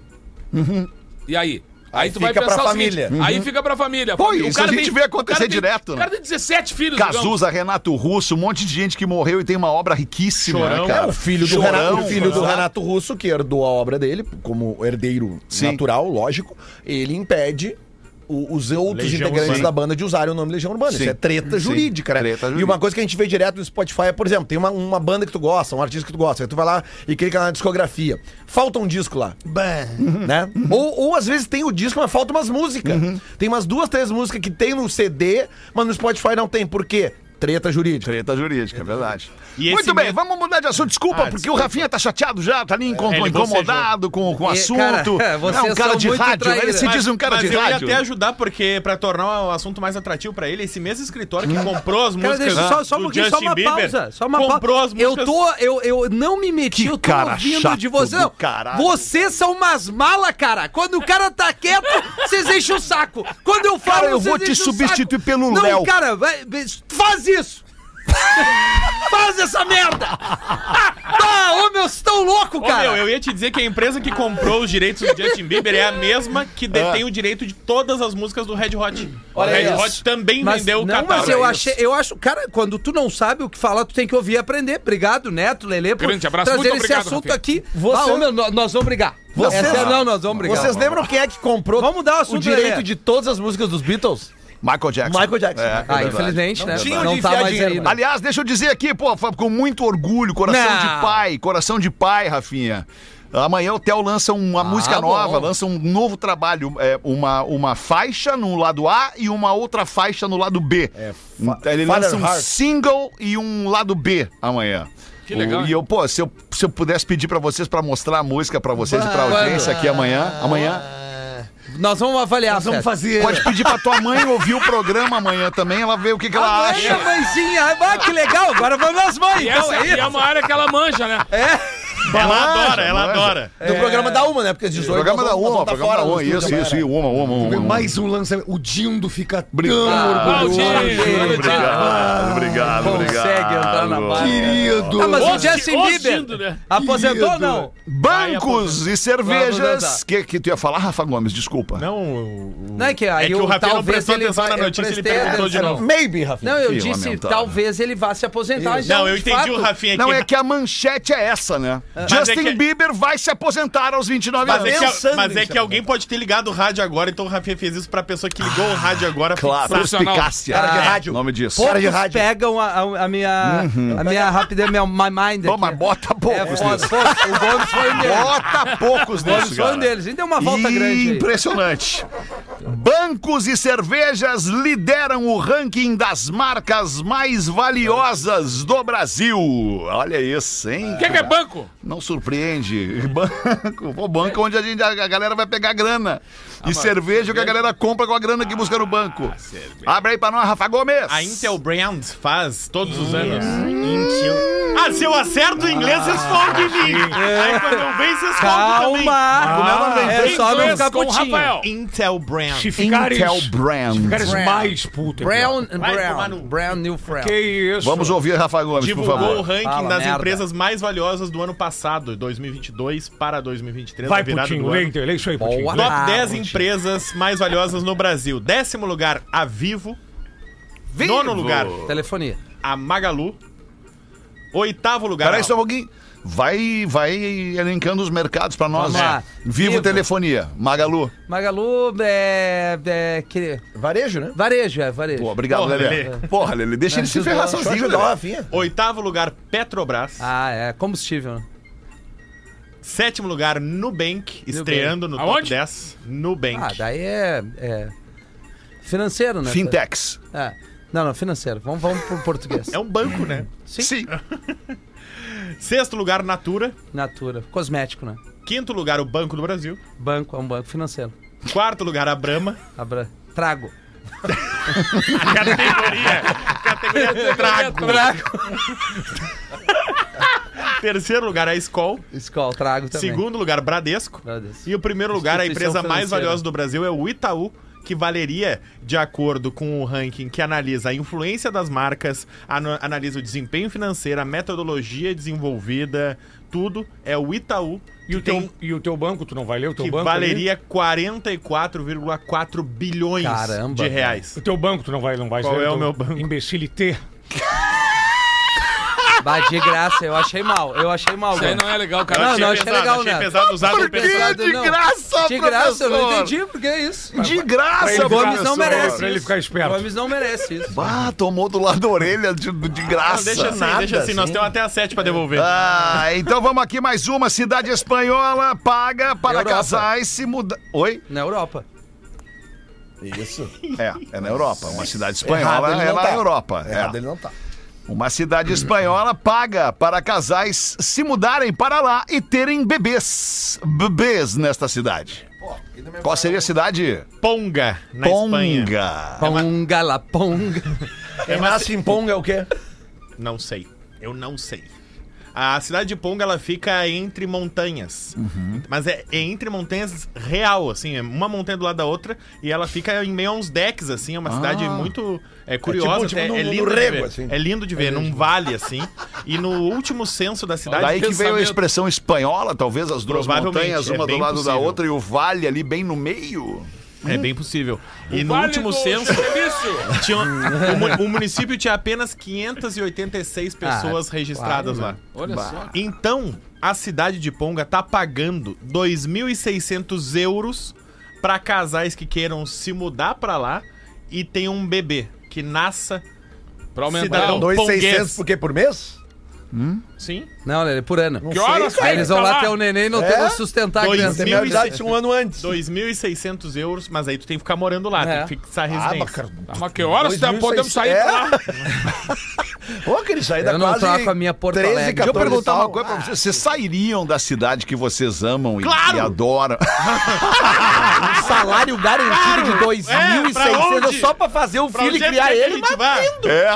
[SPEAKER 4] E aí? Aí, tu vai
[SPEAKER 6] fica
[SPEAKER 4] pensar
[SPEAKER 6] pra
[SPEAKER 4] o seguinte,
[SPEAKER 6] família.
[SPEAKER 4] aí fica pra família.
[SPEAKER 2] Pô, isso a gente vê acontecer
[SPEAKER 4] o cara tem-
[SPEAKER 2] direto,
[SPEAKER 4] O
[SPEAKER 2] né?
[SPEAKER 4] cara tem 17 filhos, digamos.
[SPEAKER 2] Cazuza, Renato Russo, um monte de gente que morreu e tem uma obra riquíssima, né,
[SPEAKER 5] Chorão.
[SPEAKER 2] cara?
[SPEAKER 6] É, o filho do,
[SPEAKER 2] Chorão,
[SPEAKER 6] Renato, o filho do
[SPEAKER 2] exato.
[SPEAKER 6] Renato Russo, que herdou a obra dele, como herdeiro
[SPEAKER 2] Sim.
[SPEAKER 6] natural, lógico, ele impede o- os outros
[SPEAKER 5] Legião
[SPEAKER 6] integrantes
[SPEAKER 5] Urbana.
[SPEAKER 6] da banda de usarem o nome Legião Urbana.
[SPEAKER 2] Sim.
[SPEAKER 6] Isso é treta
[SPEAKER 2] Sim.
[SPEAKER 6] jurídica, né?
[SPEAKER 2] Treta
[SPEAKER 6] E
[SPEAKER 2] jurídica.
[SPEAKER 6] uma coisa que a gente vê direto no Spotify é, por exemplo, tem uma, uma banda que tu gosta, um artista que tu gosta, aí tu vai lá e clica na discografia. Falta um disco lá, né? Ou, ou às vezes tem o disco, mas falta umas músicas. Tem umas duas, três músicas que tem no CD, mas no Spotify não tem. Por quê? Treta jurídica.
[SPEAKER 2] Treta jurídica, é verdade.
[SPEAKER 5] E esse
[SPEAKER 2] Muito bem,
[SPEAKER 5] medo-
[SPEAKER 2] vamos mudar de assunto. Desculpa,
[SPEAKER 5] Ah,
[SPEAKER 2] porque
[SPEAKER 5] desculpa.
[SPEAKER 2] o Rafinha tá chateado já, tá ali
[SPEAKER 5] É,
[SPEAKER 2] incom-
[SPEAKER 5] ele
[SPEAKER 2] incomodado com, com o
[SPEAKER 3] E,
[SPEAKER 2] assunto.
[SPEAKER 3] cara,
[SPEAKER 2] é um
[SPEAKER 3] vocês
[SPEAKER 2] cara
[SPEAKER 3] são
[SPEAKER 2] de
[SPEAKER 3] muito
[SPEAKER 2] rádio, ele
[SPEAKER 3] traíra.
[SPEAKER 2] se diz um cara
[SPEAKER 5] mas
[SPEAKER 2] de
[SPEAKER 5] eu
[SPEAKER 2] rádio.
[SPEAKER 5] ia até ajudar, porque pra tornar o assunto mais atrativo pra ele, esse mesmo escritório
[SPEAKER 6] Hum.
[SPEAKER 5] que comprou as
[SPEAKER 3] Cara,
[SPEAKER 5] músicas
[SPEAKER 3] deixa só, só um
[SPEAKER 5] do
[SPEAKER 3] pouquinho, só
[SPEAKER 5] Justin
[SPEAKER 3] uma
[SPEAKER 5] Bieber,
[SPEAKER 3] pausa. Só uma
[SPEAKER 5] comprou as
[SPEAKER 3] pausa. Eu
[SPEAKER 5] músicas...
[SPEAKER 3] tô, eu, eu não me meti,
[SPEAKER 2] Que
[SPEAKER 3] eu tô
[SPEAKER 2] cara chato
[SPEAKER 3] ouvindo de você.
[SPEAKER 2] do caralho.
[SPEAKER 3] Vocês são umas malas, cara. Quando o cara tá quieto, vocês enchem o saco. Quando eu falo,
[SPEAKER 2] Cara, eu
[SPEAKER 3] vocês
[SPEAKER 2] vou te
[SPEAKER 3] enchem o
[SPEAKER 2] substituir
[SPEAKER 3] saco.
[SPEAKER 2] pelo
[SPEAKER 3] não,
[SPEAKER 2] Léo.
[SPEAKER 3] cara, vai- faz isso. faz essa merda. Ah, ô, meu, vocês tão louco,
[SPEAKER 5] Ô,
[SPEAKER 3] cara.
[SPEAKER 5] meu, eu ia te dizer que a empresa que comprou os direitos do Justin Bieber é a mesma que detém o direito de todas as músicas do Red Hot.
[SPEAKER 3] Ah. Olha
[SPEAKER 5] o Red
[SPEAKER 3] isso.
[SPEAKER 5] Hot também
[SPEAKER 3] Mas,
[SPEAKER 5] vendeu o
[SPEAKER 3] não,
[SPEAKER 5] catálogo.
[SPEAKER 3] mas eu
[SPEAKER 5] Olha
[SPEAKER 3] achei, eu acho, cara, quando tu não sabe o que falar, tu tem que ouvir e aprender. Obrigado, Neto, Lelê, por
[SPEAKER 4] Grande abraço,
[SPEAKER 3] trazer
[SPEAKER 4] muito
[SPEAKER 3] esse
[SPEAKER 4] obrigado,
[SPEAKER 3] assunto
[SPEAKER 4] Rafinha.
[SPEAKER 3] aqui.
[SPEAKER 6] Você-
[SPEAKER 3] Ah, ô, meu, nó- nós vamos brigar.
[SPEAKER 6] Vocês-
[SPEAKER 3] Essa é não, nós vamos brigar.
[SPEAKER 6] Vocês lembram quem é que comprou
[SPEAKER 3] Vamos mudar o assunto,
[SPEAKER 6] o direito
[SPEAKER 3] Lelê.
[SPEAKER 6] de todas as músicas dos Beatles?
[SPEAKER 2] Michael Jackson.
[SPEAKER 6] Michael Jackson.
[SPEAKER 2] É, é
[SPEAKER 3] Ah,
[SPEAKER 2] verdade.
[SPEAKER 3] infelizmente, né?
[SPEAKER 6] tinha
[SPEAKER 3] não
[SPEAKER 6] onde
[SPEAKER 3] tá
[SPEAKER 6] enfiar
[SPEAKER 3] mais
[SPEAKER 6] dinheiro,
[SPEAKER 3] aí.
[SPEAKER 6] né?
[SPEAKER 3] né?
[SPEAKER 2] Aliás, deixa eu dizer aqui, pô, Fábio, com muito orgulho, coração
[SPEAKER 3] Não.
[SPEAKER 2] de pai, coração de pai, Rafinha. Amanhã o Theo lança uma música
[SPEAKER 3] bom.
[SPEAKER 2] nova, lança um novo trabalho, é, uma, uma faixa no lado A e uma outra faixa no lado B. Ele
[SPEAKER 6] Father
[SPEAKER 2] lança um
[SPEAKER 6] Heart.
[SPEAKER 2] single e um lado B amanhã.
[SPEAKER 4] Que legal,
[SPEAKER 2] O- e eu, pô, se eu, se eu pudesse pedir pra vocês pra mostrar a música pra vocês e pra audiência aqui amanhã, amanhã,
[SPEAKER 3] Nós vamos avaliar, Nós
[SPEAKER 6] fazer.
[SPEAKER 2] pode pedir pra tua mãe ouvir o programa amanhã também, ela vê o que, que ela
[SPEAKER 3] Ah,
[SPEAKER 2] acha.
[SPEAKER 3] mãezinha, ah, que legal, agora vamos nas mães,
[SPEAKER 4] E
[SPEAKER 3] então
[SPEAKER 4] essa
[SPEAKER 3] é
[SPEAKER 4] e é
[SPEAKER 3] isso.
[SPEAKER 4] uma área que ela manja, né?
[SPEAKER 5] Ela
[SPEAKER 2] Manja,
[SPEAKER 5] adora, ela
[SPEAKER 2] manja.
[SPEAKER 5] adora.
[SPEAKER 3] É.
[SPEAKER 6] No programa da Uma, né? Porque às 18
[SPEAKER 2] O programa
[SPEAKER 6] nós
[SPEAKER 2] da
[SPEAKER 6] vamos-
[SPEAKER 2] uma,
[SPEAKER 6] nós vamos
[SPEAKER 2] programa
[SPEAKER 6] tá
[SPEAKER 2] da
[SPEAKER 6] fora
[SPEAKER 2] uma,
[SPEAKER 6] do
[SPEAKER 2] isso,
[SPEAKER 6] estúdio,
[SPEAKER 2] isso,
[SPEAKER 6] né?
[SPEAKER 2] isso, uma, uma, uma, uma.
[SPEAKER 8] Mais um lançamento. O Dindo fica
[SPEAKER 4] Ah,
[SPEAKER 8] tão
[SPEAKER 4] o
[SPEAKER 8] orgulhoso.
[SPEAKER 4] Dindo.
[SPEAKER 2] Obrigado, obrigado, obrigado.
[SPEAKER 3] Consegue entrar na página.
[SPEAKER 8] Querido.
[SPEAKER 3] Ah, mas o
[SPEAKER 4] Hoje-
[SPEAKER 3] Justin
[SPEAKER 4] hoje
[SPEAKER 3] Bieber
[SPEAKER 4] indo, né?
[SPEAKER 3] aposentou ou não?
[SPEAKER 2] Bancos e
[SPEAKER 3] Vamos
[SPEAKER 2] cervejas.
[SPEAKER 3] dançar.
[SPEAKER 2] Que, que tu ia falar, Rafa Gomes? Desculpa.
[SPEAKER 5] Não, o- o-
[SPEAKER 3] Não é que aí
[SPEAKER 5] o
[SPEAKER 3] eu-
[SPEAKER 5] Rafinha não
[SPEAKER 3] talvez
[SPEAKER 5] prestou
[SPEAKER 3] ele
[SPEAKER 5] atenção
[SPEAKER 3] vai-
[SPEAKER 5] na
[SPEAKER 3] eu
[SPEAKER 5] notícia, ele
[SPEAKER 3] prestei
[SPEAKER 5] perguntou de
[SPEAKER 3] atenção.
[SPEAKER 5] novo.
[SPEAKER 6] Maybe, Rafinha.
[SPEAKER 3] Não, eu
[SPEAKER 2] Que
[SPEAKER 3] disse,
[SPEAKER 2] lamentável.
[SPEAKER 3] talvez ele vá se aposentar já.
[SPEAKER 5] Não, eu
[SPEAKER 3] de
[SPEAKER 5] entendi
[SPEAKER 3] fato.
[SPEAKER 5] o Rafinha aqui.
[SPEAKER 2] Não, é que a manchete é essa, né?
[SPEAKER 5] Mas é
[SPEAKER 2] Justin
[SPEAKER 5] que-
[SPEAKER 2] Bieber vai se aposentar aos 29
[SPEAKER 3] tá
[SPEAKER 5] Mas
[SPEAKER 2] anos.
[SPEAKER 5] é, que,
[SPEAKER 6] Pensando
[SPEAKER 5] mas é
[SPEAKER 6] nisso
[SPEAKER 5] que alguém pode ter ligado o rádio agora, então o Rafinha fez isso pra pessoa que ligou o rádio agora.
[SPEAKER 2] Claro,
[SPEAKER 5] fixar.
[SPEAKER 4] Profissional.
[SPEAKER 2] perspicácia.
[SPEAKER 6] Cara de
[SPEAKER 2] É,
[SPEAKER 6] rádio.
[SPEAKER 2] Nome disso.
[SPEAKER 6] Cara de
[SPEAKER 8] Poucos
[SPEAKER 6] rádio.
[SPEAKER 8] pegam a, a- a minha, a minha rápida, minha my mind.
[SPEAKER 2] Toma,
[SPEAKER 8] aqui.
[SPEAKER 2] bota
[SPEAKER 8] É,
[SPEAKER 2] poucos
[SPEAKER 8] foda,
[SPEAKER 2] nisso.
[SPEAKER 8] foda. O Gomes foi um deles.
[SPEAKER 2] Bota poucos
[SPEAKER 8] O Gomes
[SPEAKER 2] nisso,
[SPEAKER 8] foi
[SPEAKER 2] cara.
[SPEAKER 8] um deles. Ainda deu uma
[SPEAKER 5] é
[SPEAKER 8] volta grande. aí.
[SPEAKER 2] Impressionante. Bancos e cervejas lideram o ranking das marcas mais valiosas do Brasil. Olha isso, hein?
[SPEAKER 4] O que, que é banco?
[SPEAKER 2] Não surpreende. Banco. Pô, banco é onde a, gente, a galera vai pegar grana.
[SPEAKER 5] Ah,
[SPEAKER 2] E cerveja que a galera compra com a grana que busca no banco. Abre aí pra nós, Rafa Gomes.
[SPEAKER 5] A Intel Brand faz todos os anos. Intel. Ah, se eu acerto em inglês,
[SPEAKER 3] Ah,
[SPEAKER 5] vocês falam de mim. Aí quando eu venho, vocês falam também.
[SPEAKER 8] Calma! é só não
[SPEAKER 4] Inglês
[SPEAKER 8] ficar
[SPEAKER 4] com o
[SPEAKER 8] putinho.
[SPEAKER 4] Rafael.
[SPEAKER 5] Intel Brand.
[SPEAKER 3] Se ficares,
[SPEAKER 2] Intel Brand.
[SPEAKER 3] ficares mais puto.
[SPEAKER 8] Brown,
[SPEAKER 5] Vai tomar no-
[SPEAKER 8] Brown, Brown New Friend.
[SPEAKER 3] Que isso.
[SPEAKER 2] Vamos ouvir Rafa Gomes, por
[SPEAKER 5] Divulgou o
[SPEAKER 2] favor.
[SPEAKER 5] ranking
[SPEAKER 8] Fala,
[SPEAKER 5] das
[SPEAKER 8] merda.
[SPEAKER 5] empresas mais valiosas do ano passado, 2022 para 2023,
[SPEAKER 3] Vai,
[SPEAKER 5] na virada
[SPEAKER 3] Putinho,
[SPEAKER 5] do ano.
[SPEAKER 3] lê, lê isso aí, Putinho.
[SPEAKER 8] Boa.
[SPEAKER 3] Lê.
[SPEAKER 5] Top
[SPEAKER 8] Ah,
[SPEAKER 5] 10
[SPEAKER 8] Putinho.
[SPEAKER 5] empresas mais valiosas no Brasil. Décimo lugar, a Vivo. Nono lugar,
[SPEAKER 8] Telefonia.
[SPEAKER 5] a Magalu. Oitavo lugar.
[SPEAKER 2] Peraí só um pouquinho. Vai, vai elencando os mercados pra nós.
[SPEAKER 8] Vamos lá.
[SPEAKER 2] Vivo,
[SPEAKER 8] Vivo.
[SPEAKER 2] Telefonia. Magalu.
[SPEAKER 8] Magalu é. é que-
[SPEAKER 6] Varejo, né?
[SPEAKER 8] Varejo, é, varejo.
[SPEAKER 2] Pô, obrigado,
[SPEAKER 5] Porra,
[SPEAKER 2] Lelê. Porra, Lelê, deixa ele se
[SPEAKER 8] Deixa eu
[SPEAKER 2] ferrar
[SPEAKER 8] ajudar,
[SPEAKER 6] Só
[SPEAKER 2] sozinho,
[SPEAKER 6] ajudar o
[SPEAKER 2] Lelê.
[SPEAKER 6] é né, Rafinha.
[SPEAKER 5] Oitavo lugar, Petrobras.
[SPEAKER 8] Ah, é combustível. né?
[SPEAKER 5] Sétimo lugar, Nubank, estreando no top
[SPEAKER 4] Aonde?
[SPEAKER 5] 10. Nubank.
[SPEAKER 8] Ah, daí é. é financeiro, né?
[SPEAKER 2] Fintechs.
[SPEAKER 8] É. Não, não, financeiro. Vamos, vamos pro português.
[SPEAKER 5] É um banco, né?
[SPEAKER 2] Sim.
[SPEAKER 5] Sexto lugar, Natura.
[SPEAKER 8] Natura. Cosmético, né?
[SPEAKER 5] Quinto lugar, o Banco do Brasil.
[SPEAKER 8] Banco, é um banco financeiro.
[SPEAKER 5] Quarto lugar, a Brahma.
[SPEAKER 8] Abra. Trago.
[SPEAKER 5] Categoria. Categoria Trago.
[SPEAKER 8] Trago. né?
[SPEAKER 5] Terceiro lugar, a Skol.
[SPEAKER 8] Escola, trago também.
[SPEAKER 5] Segundo lugar, Bradesco.
[SPEAKER 8] Bradesco.
[SPEAKER 5] E o primeiro lugar, a
[SPEAKER 8] Instituição
[SPEAKER 5] empresa mais
[SPEAKER 8] financeira.
[SPEAKER 5] valiosa do Brasil é o Itaú, que valeria, de acordo com o ranking que analisa a influência das marcas, ana- analisa o desempenho financeiro, a metodologia desenvolvida, tudo. É o Itaú
[SPEAKER 3] E o,
[SPEAKER 5] que tem-
[SPEAKER 6] um-
[SPEAKER 3] teu, e o teu banco, tu não vai ler o teu
[SPEAKER 5] que
[SPEAKER 3] banco? ali?
[SPEAKER 5] valeria 44,4 bilhões
[SPEAKER 8] Caramba,
[SPEAKER 5] de
[SPEAKER 8] cara.
[SPEAKER 5] reais.
[SPEAKER 3] O teu banco, tu não vai, não vai
[SPEAKER 5] Qual
[SPEAKER 3] ler
[SPEAKER 5] é
[SPEAKER 3] teu
[SPEAKER 5] o meu banco?
[SPEAKER 3] Imbecilité.
[SPEAKER 8] Bah, de graça, eu achei mal. Eu achei mal.
[SPEAKER 4] Isso aí
[SPEAKER 8] Gomes.
[SPEAKER 4] não é legal,
[SPEAKER 8] Não,
[SPEAKER 5] Eu
[SPEAKER 4] cara.
[SPEAKER 8] não, achei legal,
[SPEAKER 5] achei
[SPEAKER 8] né?
[SPEAKER 5] pesado usar no
[SPEAKER 2] Por quê?
[SPEAKER 5] pesado.
[SPEAKER 8] Pesado,
[SPEAKER 2] de graça,
[SPEAKER 8] De graça, eu não
[SPEAKER 2] professor.
[SPEAKER 8] entendi porque é isso.
[SPEAKER 2] De graça,
[SPEAKER 8] O Gomes não
[SPEAKER 2] professor.
[SPEAKER 8] merece
[SPEAKER 3] Pra ele
[SPEAKER 8] isso.
[SPEAKER 3] ficar esperto.
[SPEAKER 8] O Gomes não merece isso.
[SPEAKER 2] Bah, tomou do lado da orelha de, de graça.
[SPEAKER 5] Não, deixa assim, deixa assim, nós temos até a 7 pra devolver.
[SPEAKER 2] Ah, então vamos aqui mais uma. Cidade espanhola paga para
[SPEAKER 8] Europa.
[SPEAKER 2] casais se mudar. Oi?
[SPEAKER 8] Na Europa.
[SPEAKER 2] É, é na Europa. Uma cidade
[SPEAKER 6] Errado,
[SPEAKER 2] espanhola
[SPEAKER 6] ele
[SPEAKER 2] é
[SPEAKER 6] não
[SPEAKER 2] na
[SPEAKER 6] tá.
[SPEAKER 2] Europa. É.
[SPEAKER 6] Errado, ele não tá.
[SPEAKER 2] Uma cidade espanhola paga para casais se mudarem para lá e terem bebês. Bebês nesta cidade. Qual seria a cidade?
[SPEAKER 5] Ponga, na Espanha.
[SPEAKER 2] Ponga.
[SPEAKER 8] Ponga la ponga.
[SPEAKER 6] Quem nasce em Ponga é o quê?
[SPEAKER 5] Não sei. Eu não sei. A cidade de Ponga, ela fica entre montanhas. Mas é, é entre montanhas real, assim. É uma montanha do lado da outra. E ela fica em meio a uns decks, assim. É uma cidade muito é, curiosa. É,
[SPEAKER 6] tipo
[SPEAKER 5] é,
[SPEAKER 6] no- no
[SPEAKER 5] lindo de
[SPEAKER 6] rego,
[SPEAKER 5] ver.
[SPEAKER 6] assim.
[SPEAKER 5] É lindo de ver, num vale, assim. E no último censo da cidade...
[SPEAKER 2] Daí que veio a
[SPEAKER 5] pensamento-
[SPEAKER 2] expressão espanhola, talvez as duas
[SPEAKER 5] Tá Provavelmente,
[SPEAKER 2] montanhas,
[SPEAKER 5] é
[SPEAKER 2] uma do
[SPEAKER 5] bem
[SPEAKER 2] lado da
[SPEAKER 5] possível.
[SPEAKER 2] outra e o vale ali bem no meio.
[SPEAKER 5] É bem possível. E no
[SPEAKER 4] Vale
[SPEAKER 5] último
[SPEAKER 4] do
[SPEAKER 5] censo...
[SPEAKER 4] serviço.
[SPEAKER 5] Tinha, o, mu- o município tinha apenas 586 pessoas registradas lá.
[SPEAKER 4] Olha só.
[SPEAKER 5] Então, a cidade de Ponga tá pagando 2.600 euros pra casais que queiram se mudar pra lá e tem um bebê que nasça.
[SPEAKER 4] Pra aumentar. Então,
[SPEAKER 5] Cidadão.
[SPEAKER 4] o-
[SPEAKER 5] Ponguês.
[SPEAKER 6] 2,600 por quê? Por mês?
[SPEAKER 5] Sim.
[SPEAKER 8] Não, ele é por ano.
[SPEAKER 4] Que horas,
[SPEAKER 8] Aí eles vão lá ter
[SPEAKER 4] até
[SPEAKER 8] o neném e não
[SPEAKER 6] É?
[SPEAKER 8] ter onde sustentar a
[SPEAKER 5] Dois
[SPEAKER 6] Você
[SPEAKER 8] criança.
[SPEAKER 6] tem
[SPEAKER 5] Mil e
[SPEAKER 6] minha idade um ano antes.
[SPEAKER 5] 2.600 euros, mas aí tu tem que ficar morando lá,
[SPEAKER 8] É.
[SPEAKER 5] tem que fixar a
[SPEAKER 6] Ah,
[SPEAKER 5] residência.
[SPEAKER 6] bacana.
[SPEAKER 4] Mas que horas tá,
[SPEAKER 6] 2.600
[SPEAKER 4] podemos sair
[SPEAKER 6] é?
[SPEAKER 4] pra lá?
[SPEAKER 6] Ô, aquele isso aí dá
[SPEAKER 8] Eu não
[SPEAKER 6] quase
[SPEAKER 8] troco a minha Porto
[SPEAKER 6] 13,
[SPEAKER 8] Alegre.
[SPEAKER 2] Deixa eu
[SPEAKER 6] 14
[SPEAKER 2] perguntar
[SPEAKER 6] pau.
[SPEAKER 2] uma coisa pra vocês. Vocês sairiam da cidade que vocês amam e,
[SPEAKER 5] Claro!
[SPEAKER 2] e adoram?
[SPEAKER 8] Salário garantido de
[SPEAKER 5] É, pra
[SPEAKER 8] 2.600
[SPEAKER 5] onde?
[SPEAKER 8] só pra fazer o
[SPEAKER 5] Pra
[SPEAKER 8] filho e
[SPEAKER 5] onde é
[SPEAKER 8] criar
[SPEAKER 5] que a
[SPEAKER 8] ele. tá
[SPEAKER 5] gente vai?
[SPEAKER 2] É.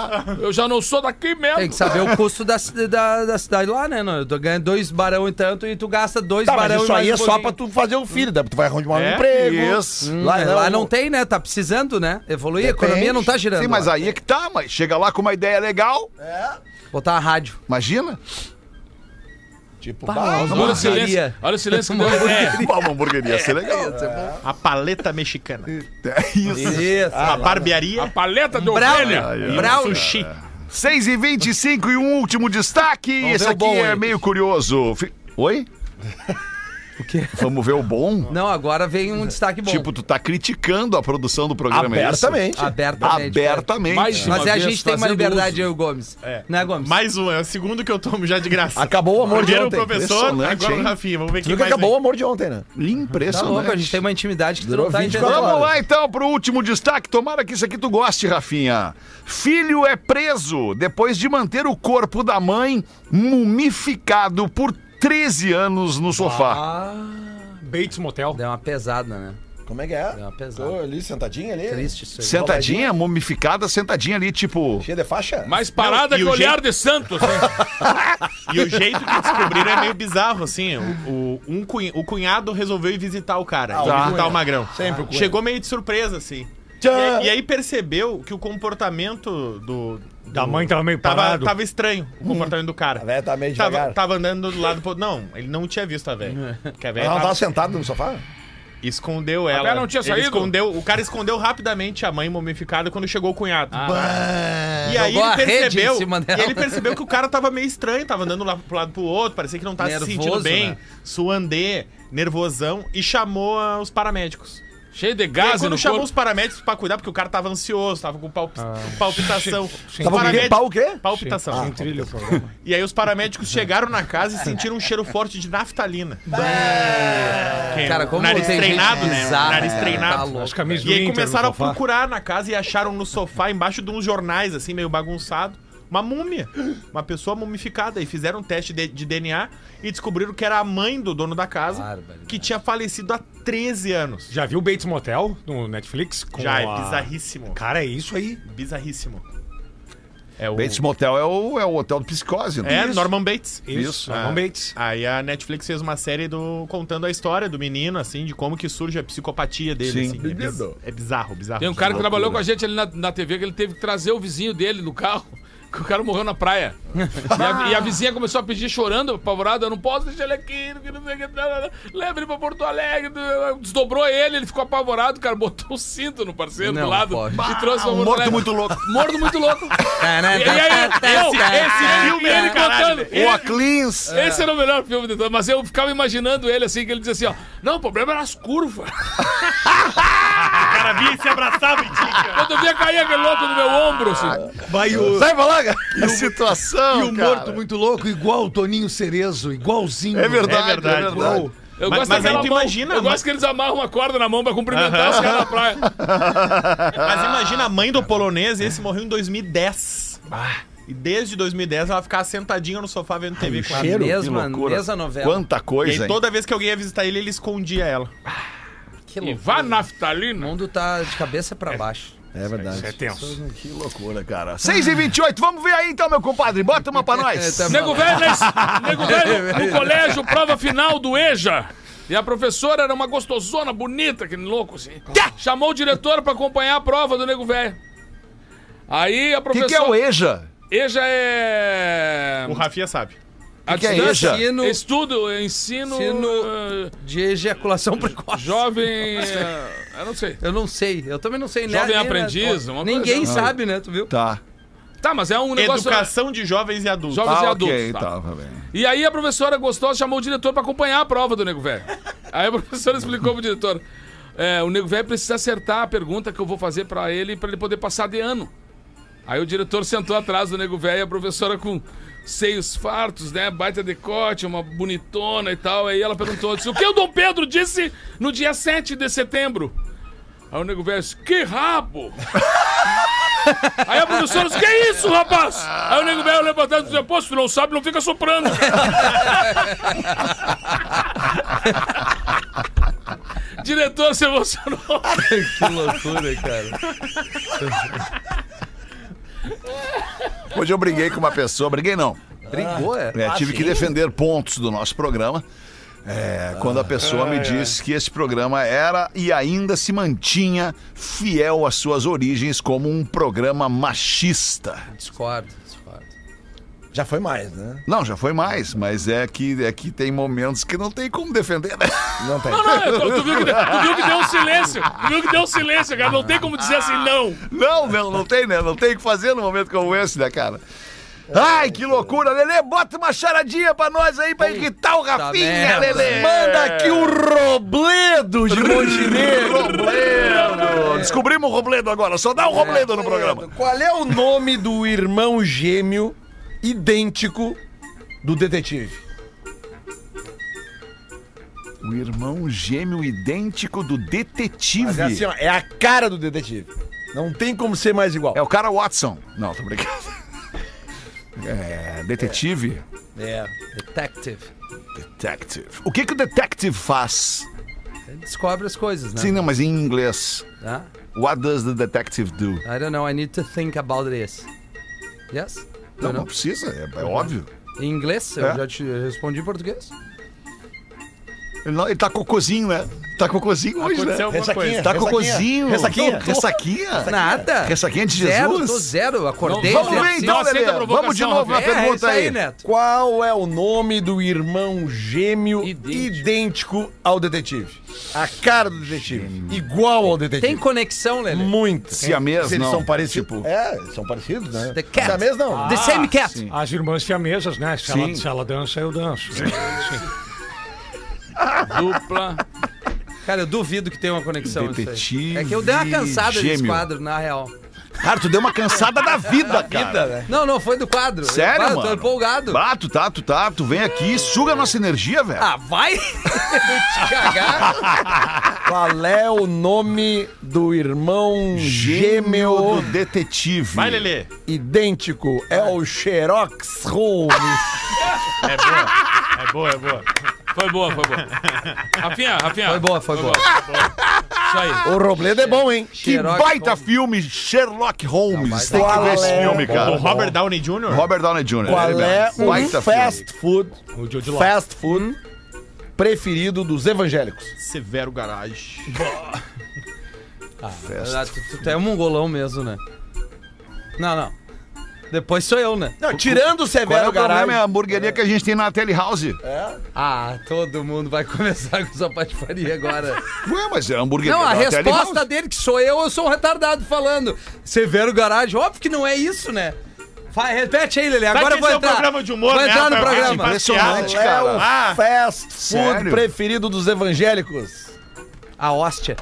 [SPEAKER 4] Eu já não sou daqui mesmo.
[SPEAKER 8] Tem É que saber o custo da, ci- da, da cidade lá, né? Não, tu ganha dois barão e tanto e tu gasta dois
[SPEAKER 6] Tá, mas
[SPEAKER 8] barão e
[SPEAKER 6] isso
[SPEAKER 8] mais
[SPEAKER 6] aí
[SPEAKER 8] um
[SPEAKER 6] é só
[SPEAKER 8] pouquinho.
[SPEAKER 6] pra tu fazer o filho, dá pra tu vai arrumar
[SPEAKER 5] É,
[SPEAKER 6] um emprego.
[SPEAKER 2] Isso.
[SPEAKER 8] Hum, Lá, não tem, né? Tá precisando, né? Evoluir, a economia não tá girando.
[SPEAKER 2] Sim, mas
[SPEAKER 8] lá.
[SPEAKER 2] aí é que tá, mas chega lá com uma ideia legal,
[SPEAKER 8] Botar uma rádio.
[SPEAKER 2] imagina.
[SPEAKER 6] Tipo,
[SPEAKER 8] Pá,
[SPEAKER 6] bah,
[SPEAKER 8] os
[SPEAKER 6] não-
[SPEAKER 4] Olha o
[SPEAKER 8] Uma
[SPEAKER 4] silêncio.
[SPEAKER 8] hamburgueria.
[SPEAKER 4] Olha o silêncio que deu. É.
[SPEAKER 2] Uma hamburgueria, ia ser legal.
[SPEAKER 5] A paleta mexicana.
[SPEAKER 2] É isso.
[SPEAKER 8] Isso.
[SPEAKER 5] A
[SPEAKER 6] né?
[SPEAKER 8] Ah,
[SPEAKER 4] A
[SPEAKER 5] barbearia.
[SPEAKER 4] paleta de
[SPEAKER 8] Brau.
[SPEAKER 4] ovelha.
[SPEAKER 2] Ai,
[SPEAKER 5] e
[SPEAKER 2] ai.
[SPEAKER 5] o
[SPEAKER 8] Brau.
[SPEAKER 5] sushi.
[SPEAKER 2] 6 e 25 e um último destaque. Esse
[SPEAKER 8] ver o
[SPEAKER 2] aqui
[SPEAKER 8] bom
[SPEAKER 2] é
[SPEAKER 8] aí.
[SPEAKER 2] meio curioso. Fi- Oi? O
[SPEAKER 8] quê?
[SPEAKER 2] Vamos ver o bom?
[SPEAKER 8] Não, agora vem um destaque bom.
[SPEAKER 2] Tipo, tu tá criticando a produção do programa, é isso?
[SPEAKER 6] Abertamente.
[SPEAKER 8] abertamente.
[SPEAKER 2] Abertamente.
[SPEAKER 4] Mais de uma
[SPEAKER 8] Mas é, a
[SPEAKER 4] vez
[SPEAKER 8] gente tem uma
[SPEAKER 4] fazendo uso.
[SPEAKER 8] liberdade, eu, Gomes.
[SPEAKER 5] É.
[SPEAKER 8] Né, Gomes?
[SPEAKER 5] Mais um, é o segundo que eu tomo já de graça.
[SPEAKER 6] Acabou o amor de
[SPEAKER 5] Primeiro o
[SPEAKER 6] ontem.
[SPEAKER 5] professor,
[SPEAKER 2] Impressionante,
[SPEAKER 5] agora o
[SPEAKER 2] hein?
[SPEAKER 5] Rafinha. Vamos ver
[SPEAKER 6] Viu
[SPEAKER 5] quem
[SPEAKER 6] que
[SPEAKER 5] mais
[SPEAKER 6] acabou o
[SPEAKER 5] vem.
[SPEAKER 6] amor de ontem, né?
[SPEAKER 8] Tá louco, a gente tem
[SPEAKER 2] Impressionante.
[SPEAKER 8] uma intimidade que tu
[SPEAKER 6] Durou
[SPEAKER 8] não tá
[SPEAKER 6] 24
[SPEAKER 8] entendendo.
[SPEAKER 2] Vamos lá então pro último destaque. Tomara que isso aqui tu goste, Rafinha. Filho é preso depois de manter o corpo da mãe mumificado por 13 anos no sofá.
[SPEAKER 8] Ah,
[SPEAKER 7] Bates Motel.
[SPEAKER 8] Deu uma pesada, né?
[SPEAKER 6] Como é que é?
[SPEAKER 8] Deu uma
[SPEAKER 6] Tô
[SPEAKER 8] pesada.
[SPEAKER 6] ali sentadinha ali.
[SPEAKER 8] Triste isso aí.
[SPEAKER 2] Sentadinha, mumificada, sentadinha ali, tipo.
[SPEAKER 6] Cheia de faixa?
[SPEAKER 4] Mais parada
[SPEAKER 5] Não, e
[SPEAKER 4] que
[SPEAKER 5] o
[SPEAKER 4] olhar
[SPEAKER 5] jeito-
[SPEAKER 4] de Santos. né?
[SPEAKER 5] E o jeito que descobriram é meio bizarro, assim. O, o- um cunha- o cunhado resolveu ir visitar o cara, ir
[SPEAKER 2] tá.
[SPEAKER 5] visitar o magrão.
[SPEAKER 6] Sempre o Ah, cunhado.
[SPEAKER 5] Chegou meio de surpresa, assim.
[SPEAKER 6] Tchã!
[SPEAKER 5] E, e aí percebeu que o comportamento do...
[SPEAKER 7] Da mãe tava meio
[SPEAKER 5] Tava,
[SPEAKER 7] parado.
[SPEAKER 5] tava estranho o comportamento do cara.
[SPEAKER 6] A véia tá meio
[SPEAKER 5] Tava,
[SPEAKER 6] devagar.
[SPEAKER 5] tava andando do lado pro outro. Não, ele não tinha visto a velha. Porque a
[SPEAKER 6] Ela
[SPEAKER 5] velha
[SPEAKER 6] não
[SPEAKER 5] tava-
[SPEAKER 6] tava sentada no sofá?
[SPEAKER 5] escondeu ela.
[SPEAKER 4] velha não tinha
[SPEAKER 5] Ele
[SPEAKER 4] saído?
[SPEAKER 5] escondeu, o cara escondeu rapidamente a mãe mumificada quando chegou o cunhado.
[SPEAKER 6] Ah.
[SPEAKER 2] Bah.
[SPEAKER 5] E aí
[SPEAKER 8] É. Jogou
[SPEAKER 5] ele
[SPEAKER 8] a rede em
[SPEAKER 5] percebeu,
[SPEAKER 8] cima dela.
[SPEAKER 5] e ele percebeu que o cara tava meio estranho, tava andando lá pro lado pro outro, parecia que não tava se
[SPEAKER 8] Nervoso,
[SPEAKER 5] sentindo bem,
[SPEAKER 8] né?
[SPEAKER 5] suandê, nervosão, e chamou ah, os paramédicos.
[SPEAKER 4] Cheio de
[SPEAKER 5] E aí,
[SPEAKER 4] gás
[SPEAKER 5] quando
[SPEAKER 4] no
[SPEAKER 5] chamou
[SPEAKER 4] corpo.
[SPEAKER 5] os paramédicos pra cuidar, porque o cara tava ansioso, tava com palpi- palpitação.
[SPEAKER 6] Ah. Tava com
[SPEAKER 5] Paramédico-
[SPEAKER 6] quê? Pau o quê?
[SPEAKER 5] Palpitação.
[SPEAKER 7] Sem trilha o programa.
[SPEAKER 5] E aí os paramédicos chegaram na casa e sentiram um cheiro forte de naftalina.
[SPEAKER 6] É.
[SPEAKER 5] Quem?
[SPEAKER 8] Cara, como
[SPEAKER 5] nariz
[SPEAKER 8] tem gente
[SPEAKER 5] treinado, né?
[SPEAKER 8] bizarra,
[SPEAKER 5] nariz
[SPEAKER 8] cara,
[SPEAKER 5] treinado.
[SPEAKER 8] tá louco.
[SPEAKER 7] As camisas do
[SPEAKER 5] E aí
[SPEAKER 7] Inter no
[SPEAKER 5] começaram a
[SPEAKER 7] sofá.
[SPEAKER 5] procurar na casa e acharam no sofá, embaixo de uns jornais, assim, meio bagunçado, uma múmia. Uma pessoa mumificada. E fizeram um teste de, de DNA e descobriram que era a mãe do dono da casa,
[SPEAKER 8] Barbaridade.
[SPEAKER 5] que tinha falecido há 13 anos.
[SPEAKER 7] Já viu Bates Motel no Netflix? Com
[SPEAKER 5] Já,
[SPEAKER 7] a-
[SPEAKER 5] é bizarríssimo.
[SPEAKER 7] Cara, é isso aí.
[SPEAKER 5] Bizarríssimo. É o...
[SPEAKER 2] Bates Motel é o, é o hotel do psicose, né?
[SPEAKER 5] É, Norman Bates.
[SPEAKER 7] Isso.
[SPEAKER 5] Ah.
[SPEAKER 7] Norman Bates.
[SPEAKER 5] Aí a Netflix fez uma série do contando a história do menino, assim, de como que surge a psicopatia dele.
[SPEAKER 2] Sim.
[SPEAKER 5] assim. É, biz- é bizarro, bizarro.
[SPEAKER 4] Tem um cara que
[SPEAKER 5] Loucura.
[SPEAKER 4] trabalhou com a gente ali na, na TV que ele teve que trazer o vizinho dele no carro. Que o cara morreu na praia. E a, e a vizinha começou a pedir chorando, apavorada. Eu não posso deixar ele aqui, que não sei o que. não, não, não. Leva ele pra Porto Alegre. Desdobrou ele, ele ficou apavorado, cara. Botou o cinto no parceiro
[SPEAKER 8] Não
[SPEAKER 4] do lado
[SPEAKER 8] pode.
[SPEAKER 4] e trouxe pra
[SPEAKER 2] Um
[SPEAKER 4] Porto
[SPEAKER 2] morto
[SPEAKER 4] Alegre.
[SPEAKER 2] muito louco.
[SPEAKER 4] Morto muito louco.
[SPEAKER 8] Tá,
[SPEAKER 4] E aí, eu, esse filme, ele contando.
[SPEAKER 2] O
[SPEAKER 4] Ele,
[SPEAKER 2] Aclins.
[SPEAKER 4] esse era o melhor filme de todos, mas eu ficava imaginando ele assim, que ele dizia assim, ó, não, o problema era as curvas.
[SPEAKER 5] O cara vinha e se abraçava e tinha.
[SPEAKER 4] Quando eu via cair aquele louco no meu ombro,
[SPEAKER 2] Ah.
[SPEAKER 4] assim.
[SPEAKER 6] Vai o... Sai pra lá, cara.
[SPEAKER 2] A situação,
[SPEAKER 1] E o
[SPEAKER 2] Assim, cara.
[SPEAKER 1] morto muito louco, igual o Toninho Cerezo, igualzinho.
[SPEAKER 2] É verdade,
[SPEAKER 5] É verdade.
[SPEAKER 2] é verdade.
[SPEAKER 4] Eu
[SPEAKER 5] Mas-
[SPEAKER 4] gosto
[SPEAKER 5] mas aí
[SPEAKER 4] daquela
[SPEAKER 5] tu
[SPEAKER 4] mão.
[SPEAKER 5] imagina,
[SPEAKER 4] eu
[SPEAKER 5] mas-
[SPEAKER 4] gosto que eles amarram uma corda na mão pra cumprimentar os caras na praia. Ah,
[SPEAKER 5] Mas imagina a mãe do polonês,
[SPEAKER 4] É.
[SPEAKER 5] esse morreu em 2010. E desde 2010 ela ficava sentadinha no sofá vendo TV com ela.
[SPEAKER 8] cheiro,
[SPEAKER 2] Que
[SPEAKER 8] mesma,
[SPEAKER 2] loucura.
[SPEAKER 8] mesma novela.
[SPEAKER 2] Quanta
[SPEAKER 5] E
[SPEAKER 2] coisa,
[SPEAKER 4] é.
[SPEAKER 5] aí,
[SPEAKER 2] hein?
[SPEAKER 5] toda vez que alguém ia visitar ele, ele escondia ela.
[SPEAKER 4] E
[SPEAKER 8] Que loucura.
[SPEAKER 4] vá
[SPEAKER 8] O
[SPEAKER 4] naftalina.
[SPEAKER 8] mundo tá de cabeça pra baixo.
[SPEAKER 6] É verdade.
[SPEAKER 7] É tenso.
[SPEAKER 2] Que loucura, cara. 6 e 28 vamos ver aí então, meu compadre. Bota uma pra nós.
[SPEAKER 8] Tá bom.
[SPEAKER 4] Nego velho, na es- Nego
[SPEAKER 5] É
[SPEAKER 4] velho no colégio, prova final do EJA. E a professora era uma gostosona, bonita, que louco assim. Chamou o diretor pra acompanhar a prova do nego velho. Aí a
[SPEAKER 2] O que,
[SPEAKER 4] professora.
[SPEAKER 2] que é o EJA?
[SPEAKER 4] EJA é.
[SPEAKER 5] O Rafinha sabe.
[SPEAKER 4] A
[SPEAKER 2] que que é
[SPEAKER 4] distância,
[SPEAKER 2] EJA?
[SPEAKER 8] Ensino
[SPEAKER 4] Estudo, ensino.
[SPEAKER 8] Ensino-
[SPEAKER 4] eh,
[SPEAKER 8] de ejaculação precoce.
[SPEAKER 4] jovem. eh, eu não sei.
[SPEAKER 8] Eu não sei. Eu também não sei. né?
[SPEAKER 4] Jovem
[SPEAKER 8] Nem-
[SPEAKER 4] aprendiz, uma coisa
[SPEAKER 8] Ninguém
[SPEAKER 4] assim.
[SPEAKER 8] sabe, né? Tu viu?
[SPEAKER 2] Tá.
[SPEAKER 4] Tá, mas é um negócio.
[SPEAKER 5] Educação de jovens e adultos.
[SPEAKER 4] Jovens e
[SPEAKER 2] Ah,
[SPEAKER 4] adultos.
[SPEAKER 2] ok,
[SPEAKER 4] tá.
[SPEAKER 2] tá, tá bem.
[SPEAKER 4] E aí a professora gostosa chamou o diretor pra acompanhar a prova do Nego Velho. Aí a professora explicou pro diretor. é, o Nego Velho precisa acertar a pergunta que eu vou fazer pra ele pra ele poder passar de ano. Aí o diretor sentou atrás do Nego Velho e a professora com seios fartos, né? Baita decote, uma bonitona e tal. Aí ela perguntou, disse, o que o Dom Pedro disse no dia 7 de setembro? Aí o Nego Velho disse, que rabo! Aí a professora disse, que isso, rapaz? Aí o Nego Velho levantando e disse, pô, se tu não sabe, não fica soprando. Diretor se emocionou.
[SPEAKER 8] Que loucura, cara.
[SPEAKER 2] Hoje eu briguei com uma pessoa, briguei não.
[SPEAKER 8] Brigou, é?
[SPEAKER 2] É, tive que defender pontos do nosso programa. É, quando a pessoa me disse que esse programa era e ainda se mantinha fiel às suas origens como um programa machista.
[SPEAKER 8] Discordo, discordo.
[SPEAKER 6] Já foi mais, né?
[SPEAKER 2] Não, já foi mais, mas é que, é que tem momentos que não tem como defender, né?
[SPEAKER 6] Não tem.
[SPEAKER 4] Não, não, eu tô- tu, viu que, deu- tu viu que deu um silêncio. Tu viu que deu um silêncio, cara. Não tem como dizer assim, não.
[SPEAKER 2] Não, não, não tem, né? Não tem o que fazer num momento como esse, né, cara? Ai, que loucura, Lelê, bota uma charadinha pra nós aí, pra irritar o Rafinha,
[SPEAKER 8] merda.
[SPEAKER 2] Lelê.
[SPEAKER 6] Manda aqui o Robledo de Montenegro.
[SPEAKER 2] Robledo. Descobrimos o Robledo agora, só dá o Robledo no programa.
[SPEAKER 6] Qual é o nome do irmão gêmeo idêntico do detetive?
[SPEAKER 2] O irmão gêmeo idêntico do
[SPEAKER 6] Mas é assim,
[SPEAKER 2] detetive.
[SPEAKER 6] ó, é a cara do detetive. Não tem como ser mais igual.
[SPEAKER 2] É o cara Watson. Não, tô brincando. É, detetive?
[SPEAKER 8] É, detective.
[SPEAKER 2] Detective. O que que o detective faz?
[SPEAKER 8] Ele descobre as coisas, né?
[SPEAKER 2] Sim, não, mas em inglês.
[SPEAKER 8] Tá?
[SPEAKER 2] What does the detective do?
[SPEAKER 8] I don't know, I need to think about this. Yes?
[SPEAKER 2] Não,
[SPEAKER 8] You know?
[SPEAKER 2] não precisa, é, é óbvio.
[SPEAKER 8] Em inglês? Eu
[SPEAKER 2] É.
[SPEAKER 8] já te respondi em português.
[SPEAKER 2] Ele, não, ele tá cocôzinho, né? Tá cocôzinho hoje, né?
[SPEAKER 5] Aconteceu é alguma coisa.
[SPEAKER 2] Tá cocôzinho.
[SPEAKER 6] Ressaquinha.
[SPEAKER 2] Ressaquinha?
[SPEAKER 8] Nada.
[SPEAKER 2] Ressaquinha de
[SPEAKER 8] Tá Zero,
[SPEAKER 2] Jesus?
[SPEAKER 8] tô zero. Acordei.
[SPEAKER 2] Vamos
[SPEAKER 8] zero.
[SPEAKER 2] ver então,
[SPEAKER 4] Não aceita
[SPEAKER 2] Lelê.
[SPEAKER 4] a provocação,
[SPEAKER 2] Vamos de novo na
[SPEAKER 8] É, é isso
[SPEAKER 2] pergunta
[SPEAKER 8] aí,
[SPEAKER 2] aí.
[SPEAKER 8] Neto.
[SPEAKER 6] Qual é o nome do irmão gêmeo idêntico,
[SPEAKER 4] Idêntico.
[SPEAKER 6] ao detetive? A cara do detetive. Igual ao detetive.
[SPEAKER 8] Tem conexão, Lelê.
[SPEAKER 2] Hum.
[SPEAKER 6] Muito.
[SPEAKER 2] Siamês,
[SPEAKER 6] Se eles
[SPEAKER 2] não.
[SPEAKER 6] são parecidos.
[SPEAKER 2] Tipo-
[SPEAKER 6] É, eles são parecidos, né?
[SPEAKER 8] The cat.
[SPEAKER 6] Siamês não.
[SPEAKER 8] The same
[SPEAKER 2] Tá
[SPEAKER 8] cat.
[SPEAKER 2] Ah, sim.
[SPEAKER 7] As irmãs siamesas, né? Se
[SPEAKER 2] Sim.
[SPEAKER 7] ela, se ela dança, eu danço. Sim.
[SPEAKER 4] Dupla.
[SPEAKER 8] Cara, eu duvido que tenha uma conexão isso aí.
[SPEAKER 2] Detetive
[SPEAKER 8] É que eu dei uma cansada desse
[SPEAKER 2] gêmeo.
[SPEAKER 8] quadro, na real.
[SPEAKER 2] Cara, tu deu uma cansada da vida, cara.
[SPEAKER 6] né?
[SPEAKER 8] Não, não, foi do quadro.
[SPEAKER 2] Sério,
[SPEAKER 8] eu, eu
[SPEAKER 2] mano?
[SPEAKER 8] Tô empolgado.
[SPEAKER 2] Ah, tu tá, tu tá, tu vem aqui, suga a nossa energia, velho.
[SPEAKER 8] Ah, vai te cagar.
[SPEAKER 6] Qual é o nome do irmão gêmeo
[SPEAKER 2] do detetive.
[SPEAKER 5] Vai, Lelê.
[SPEAKER 6] idêntico? É o Xerox Holmes.
[SPEAKER 5] É boa. É boa, é boa.
[SPEAKER 4] Foi boa, foi boa. Rafinha, Rafinha.
[SPEAKER 8] Foi boa, foi boa.
[SPEAKER 4] Isso aí.
[SPEAKER 6] o Robledo é bom, hein?
[SPEAKER 2] Que baita filme, Sherlock Holmes. Tem que
[SPEAKER 6] Qual
[SPEAKER 2] ver esse
[SPEAKER 6] é?
[SPEAKER 2] filme,
[SPEAKER 5] O
[SPEAKER 2] cara.
[SPEAKER 5] Robert Downey Jr.
[SPEAKER 2] Robert Downey Jr.
[SPEAKER 6] Qual é
[SPEAKER 2] Baita
[SPEAKER 6] o
[SPEAKER 2] filme.
[SPEAKER 5] um
[SPEAKER 6] fast food,
[SPEAKER 7] O Jude Law.
[SPEAKER 6] fast food preferido dos evangélicos?
[SPEAKER 5] Severo Garage.
[SPEAKER 8] Ah, tu, tu, tu é um mongolão mesmo, né? Não, não. Depois sou eu, né?
[SPEAKER 6] Não, tirando o
[SPEAKER 2] Qual é o
[SPEAKER 6] Severo
[SPEAKER 2] problema? É a
[SPEAKER 6] Garage.
[SPEAKER 2] hamburgueria que a gente tem na Telehouse.
[SPEAKER 8] Ah, todo mundo vai começar com essa patifaria agora.
[SPEAKER 2] Ué, mas é a hamburgueria
[SPEAKER 8] Não, a
[SPEAKER 2] da Telehouse.
[SPEAKER 8] resposta dele que sou eu, eu sou um retardado falando. Severo Garage, óbvio que não é isso, né? Vai, repete aí, Lelê. Agora
[SPEAKER 5] que
[SPEAKER 8] vai
[SPEAKER 5] esse é um
[SPEAKER 8] entrar.
[SPEAKER 5] programa de humor,
[SPEAKER 8] vai
[SPEAKER 5] né?
[SPEAKER 8] entrar no
[SPEAKER 5] Pra- pra-
[SPEAKER 8] programa.
[SPEAKER 2] Impressionante,
[SPEAKER 6] Qual é o
[SPEAKER 2] cara.
[SPEAKER 5] Ah,
[SPEAKER 6] fast food
[SPEAKER 2] sério?
[SPEAKER 6] preferido dos evangélicos?
[SPEAKER 8] A hóstia.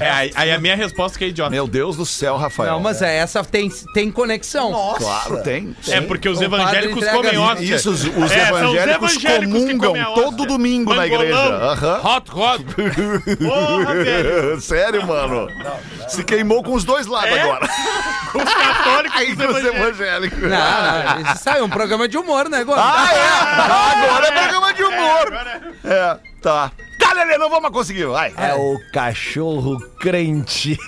[SPEAKER 5] É, aí, aí a minha resposta que é idiota.
[SPEAKER 2] Meu Deus do céu, Rafael.
[SPEAKER 8] Não, mas é, essa tem, tem conexão.
[SPEAKER 2] Claro, tem.
[SPEAKER 5] é porque os
[SPEAKER 8] O padre
[SPEAKER 5] evangélicos
[SPEAKER 8] entrega
[SPEAKER 5] comem
[SPEAKER 8] isso.
[SPEAKER 5] hóstia.
[SPEAKER 2] Isso, os, os
[SPEAKER 5] É, são os
[SPEAKER 2] evangélicos
[SPEAKER 5] evangélicos que
[SPEAKER 2] comungam
[SPEAKER 5] comem a hóstia.
[SPEAKER 2] todo domingo na
[SPEAKER 5] Mangolão.
[SPEAKER 2] igreja. Aham.
[SPEAKER 4] Hot, hot.
[SPEAKER 5] Porra, velho. É?
[SPEAKER 2] Sério, mano. Se queimou com os dois lados agora.
[SPEAKER 5] Os católicos
[SPEAKER 2] Aí
[SPEAKER 5] os
[SPEAKER 2] você
[SPEAKER 5] evangélicos.
[SPEAKER 2] evangélico.
[SPEAKER 8] Não, não, isso sabe, é um programa de humor, né, agora?
[SPEAKER 2] Ah, é? Agora é programa de humor.
[SPEAKER 5] Agora,
[SPEAKER 2] É, tá. Tá, Lelê, não vamos conseguir. Vai.
[SPEAKER 6] É o cachorro crente.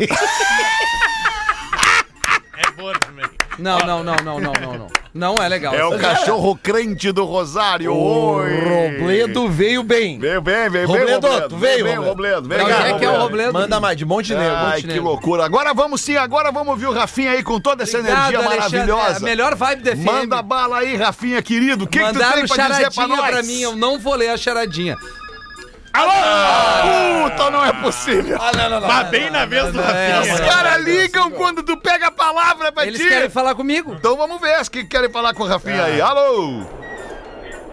[SPEAKER 5] É boa também.
[SPEAKER 8] Não, não, não, não, não, não, não. Não é legal.
[SPEAKER 5] um
[SPEAKER 2] É o cachorro crente do Rosário. Oi.
[SPEAKER 6] Robledo veio bem.
[SPEAKER 2] Vem, vem, vem.
[SPEAKER 6] Robledo, tu veio,
[SPEAKER 2] Vem, Robledo. Vem,
[SPEAKER 8] Não,
[SPEAKER 2] cá,
[SPEAKER 8] onde é que é o Robledo?
[SPEAKER 6] Manda mais, de Montenegro.
[SPEAKER 2] Ai,
[SPEAKER 8] Montenegro.
[SPEAKER 2] que loucura. Agora vamos sim, agora vamos ouvir o Rafinha aí com toda essa
[SPEAKER 8] Obrigado,
[SPEAKER 2] energia
[SPEAKER 8] Alexandre. É a
[SPEAKER 2] maravilhosa.
[SPEAKER 8] melhor vibe do FM.
[SPEAKER 2] Manda bala aí, Rafinha, querido. O que, que tu
[SPEAKER 8] Mandaram
[SPEAKER 2] tem pra dizer pra
[SPEAKER 8] charadinha
[SPEAKER 2] nós?
[SPEAKER 8] pra, mim, eu não vou ler a charadinha. Ah!
[SPEAKER 2] Alô! Puta, não é possível.
[SPEAKER 5] Mas bem na vez do
[SPEAKER 8] não, né? é,
[SPEAKER 5] Rafinha.
[SPEAKER 2] Os
[SPEAKER 8] mano.
[SPEAKER 2] caras ligam quando tu pega a palavra pra
[SPEAKER 8] Eles
[SPEAKER 2] ti.
[SPEAKER 8] querem Ah. falar comigo.
[SPEAKER 2] Então vamos ver o que querem falar com o Rafinha aí. Alô!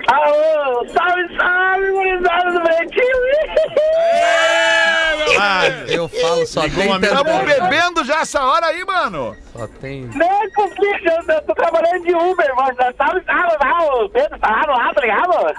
[SPEAKER 9] Alô, salve, salve, gurizada do Betinho!
[SPEAKER 5] Ah,
[SPEAKER 8] Eu falo, só tem
[SPEAKER 5] uma
[SPEAKER 8] tantão.
[SPEAKER 2] Tamo bebendo já essa hora aí, mano.
[SPEAKER 8] Só tem...
[SPEAKER 9] Não complica, eu tô- tô trabalhando de Uber, mas já salve, salve, lá, o Pedro falaram lá, tá ligado?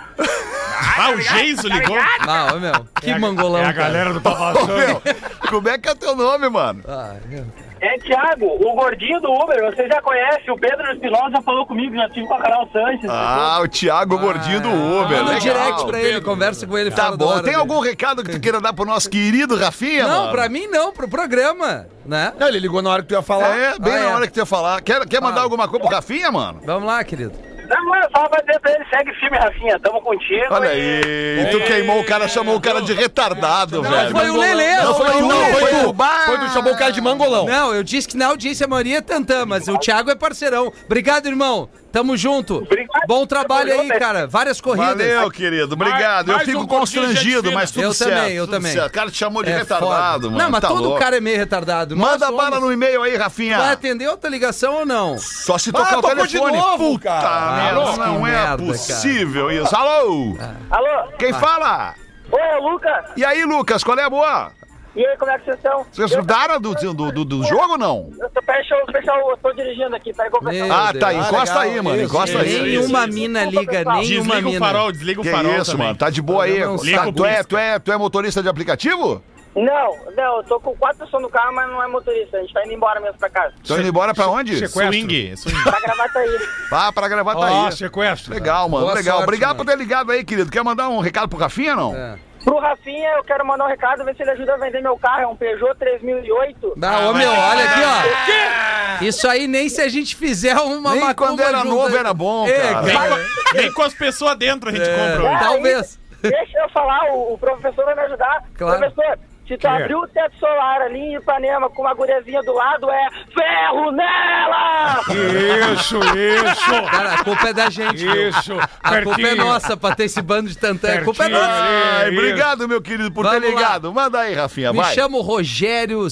[SPEAKER 5] ah, o Geiso ligou.
[SPEAKER 8] Ah, ô, meu, que
[SPEAKER 7] É a-
[SPEAKER 8] mangolão,
[SPEAKER 7] É a
[SPEAKER 8] cara.
[SPEAKER 7] galera do Pavassão.
[SPEAKER 2] Meu, como é que é teu nome, mano?
[SPEAKER 8] Ah, meu.
[SPEAKER 9] É Thiago, o gordinho do Uber, você já conhece, o Pedro Espinosa já falou comigo, já tive com a Carol Sanches.
[SPEAKER 2] Ah, o Thiago Gordinho do Uber.
[SPEAKER 8] Manda um
[SPEAKER 2] legal.
[SPEAKER 8] direct pra ele,
[SPEAKER 4] Pedro.
[SPEAKER 8] conversa com ele.
[SPEAKER 2] Tá
[SPEAKER 8] fala da
[SPEAKER 2] bom.
[SPEAKER 8] hora
[SPEAKER 2] Tem
[SPEAKER 8] dele.
[SPEAKER 2] algum recado que tu queira dar pro nosso querido Rafinha,
[SPEAKER 8] Não,
[SPEAKER 2] mano?
[SPEAKER 8] pra mim não, pro programa, né?
[SPEAKER 6] Não, ele ligou na hora que tu ia falar.
[SPEAKER 2] É, bem
[SPEAKER 8] Ah,
[SPEAKER 2] na
[SPEAKER 8] é.
[SPEAKER 2] hora que tu ia falar. Quer, quer mandar
[SPEAKER 8] Ah.
[SPEAKER 2] alguma coisa pro Rafinha, mano?
[SPEAKER 8] Vamos lá, querido.
[SPEAKER 9] Não, mas só pra dizer pra ele, segue firme, Rafinha, tamo contigo.
[SPEAKER 2] Olha
[SPEAKER 9] e-
[SPEAKER 2] aí, tu queimou o cara, chamou o cara de retardado, velho.
[SPEAKER 8] foi o Lelê,
[SPEAKER 6] Não, foi tu,
[SPEAKER 2] Não,
[SPEAKER 6] foi tu.
[SPEAKER 2] Bar-
[SPEAKER 6] Foi tu, chamou o cara de mangolão.
[SPEAKER 8] Não, eu disse que na audiência a maioria é tantã, mas o Thiago é parceirão. Obrigado, irmão. Tamo junto.
[SPEAKER 9] Obrigado.
[SPEAKER 8] Bom trabalho aí,
[SPEAKER 9] Obrigado.
[SPEAKER 8] cara. Várias corridas.
[SPEAKER 2] Valeu, querido. Obrigado.
[SPEAKER 4] Mais- mais
[SPEAKER 2] eu fico
[SPEAKER 4] um gordinho,
[SPEAKER 2] constrangido,
[SPEAKER 4] gente
[SPEAKER 2] mas
[SPEAKER 4] fina.
[SPEAKER 2] tudo
[SPEAKER 8] Eu
[SPEAKER 2] certo.
[SPEAKER 8] também, eu
[SPEAKER 2] tudo
[SPEAKER 8] também.
[SPEAKER 2] certo. O cara te chamou de
[SPEAKER 8] É
[SPEAKER 2] retardado,
[SPEAKER 8] foda.
[SPEAKER 2] mano.
[SPEAKER 8] Não, mas
[SPEAKER 2] Tá
[SPEAKER 8] todo
[SPEAKER 2] louco.
[SPEAKER 8] cara é meio retardado. Nós
[SPEAKER 2] Manda
[SPEAKER 8] somos.
[SPEAKER 2] bala no e-mail aí, Rafinha.
[SPEAKER 8] Vai Ah, atender outra ligação ou não?
[SPEAKER 2] Só se tocar o telefone. Puta merda,
[SPEAKER 8] Ah, que
[SPEAKER 2] não é
[SPEAKER 8] merda, Ah,
[SPEAKER 2] possível isso. Alô?
[SPEAKER 9] Alô?
[SPEAKER 2] Quem fala?
[SPEAKER 9] Ô, Lucas!
[SPEAKER 2] E aí, Lucas, qual é a boa?
[SPEAKER 9] E aí, como é que vocês estão?
[SPEAKER 2] Vocês
[SPEAKER 9] Eu-
[SPEAKER 2] ajudaram do, do, do, do jogo ou não?
[SPEAKER 9] Eu tô, peraí, deixa eu- pessoal, eu tô dirigindo aqui, tá?
[SPEAKER 8] Meu
[SPEAKER 2] ah, tá aí.
[SPEAKER 8] Deus.
[SPEAKER 2] Encosta aí, mano. Encosta aí.
[SPEAKER 8] Nenhuma
[SPEAKER 9] isso.
[SPEAKER 8] mina liga,
[SPEAKER 9] Desliga
[SPEAKER 8] nenhuma
[SPEAKER 5] Desliga o
[SPEAKER 8] mina.
[SPEAKER 5] farol, desliga o
[SPEAKER 2] Que
[SPEAKER 5] farol.
[SPEAKER 2] isso,
[SPEAKER 5] também.
[SPEAKER 2] mano? Tá de boa aí.
[SPEAKER 8] Ah, Eu não
[SPEAKER 2] Tá-
[SPEAKER 8] sei.
[SPEAKER 2] tu, é, tu, é, tu é motorista de aplicativo?
[SPEAKER 9] Não, não, eu tô com quatro pessoas no carro, mas não é motorista. A gente tá indo embora mesmo pra casa.
[SPEAKER 2] Tô indo embora pra onde?
[SPEAKER 7] Sequestro.
[SPEAKER 5] Swing, swing.
[SPEAKER 9] Pra gravar tá aí.
[SPEAKER 2] Ah, pra gravar tá
[SPEAKER 7] Ó,
[SPEAKER 2] aí.
[SPEAKER 7] sequestro.
[SPEAKER 2] Legal, mano.
[SPEAKER 8] Boa
[SPEAKER 2] legal.
[SPEAKER 8] sorte,
[SPEAKER 2] Obrigado
[SPEAKER 8] mano.
[SPEAKER 2] por ter ligado aí, querido. Quer mandar um recado pro Rafinha, não?
[SPEAKER 8] É.
[SPEAKER 9] Pro Rafinha, eu quero mandar um recado, ver se ele ajuda a vender meu carro. É um Peugeot 3008.
[SPEAKER 8] Ah, ô, meu, olha aqui, ó. Isso aí nem se a gente fizer uma
[SPEAKER 2] Nem quando
[SPEAKER 8] macumba
[SPEAKER 2] era
[SPEAKER 8] junto
[SPEAKER 2] novo
[SPEAKER 8] aí.
[SPEAKER 2] era bom,
[SPEAKER 8] É,
[SPEAKER 2] cara.
[SPEAKER 5] Nem com, nem com as pessoas dentro a gente compra.
[SPEAKER 8] É, talvez.
[SPEAKER 9] Deixa eu falar, o, o professor vai me ajudar.
[SPEAKER 8] Claro.
[SPEAKER 9] Professor, se tu abrir o teto solar ali em Ipanema com uma guriazinha do lado, é ferro nela!
[SPEAKER 7] Isso, isso.
[SPEAKER 8] Cara, a culpa é da gente. meu.
[SPEAKER 7] Isso.
[SPEAKER 8] A culpa é
[SPEAKER 7] Pertinho.
[SPEAKER 8] nossa pra ter esse bando de tantã. A culpa é
[SPEAKER 7] Pertinho.
[SPEAKER 8] nossa.
[SPEAKER 2] Ai,
[SPEAKER 7] Isso.
[SPEAKER 2] obrigado, meu querido, por ter
[SPEAKER 8] Vamos lá.
[SPEAKER 2] ligado. Manda aí, Rafinha,
[SPEAKER 8] Me
[SPEAKER 2] vai.
[SPEAKER 8] chamo Rogério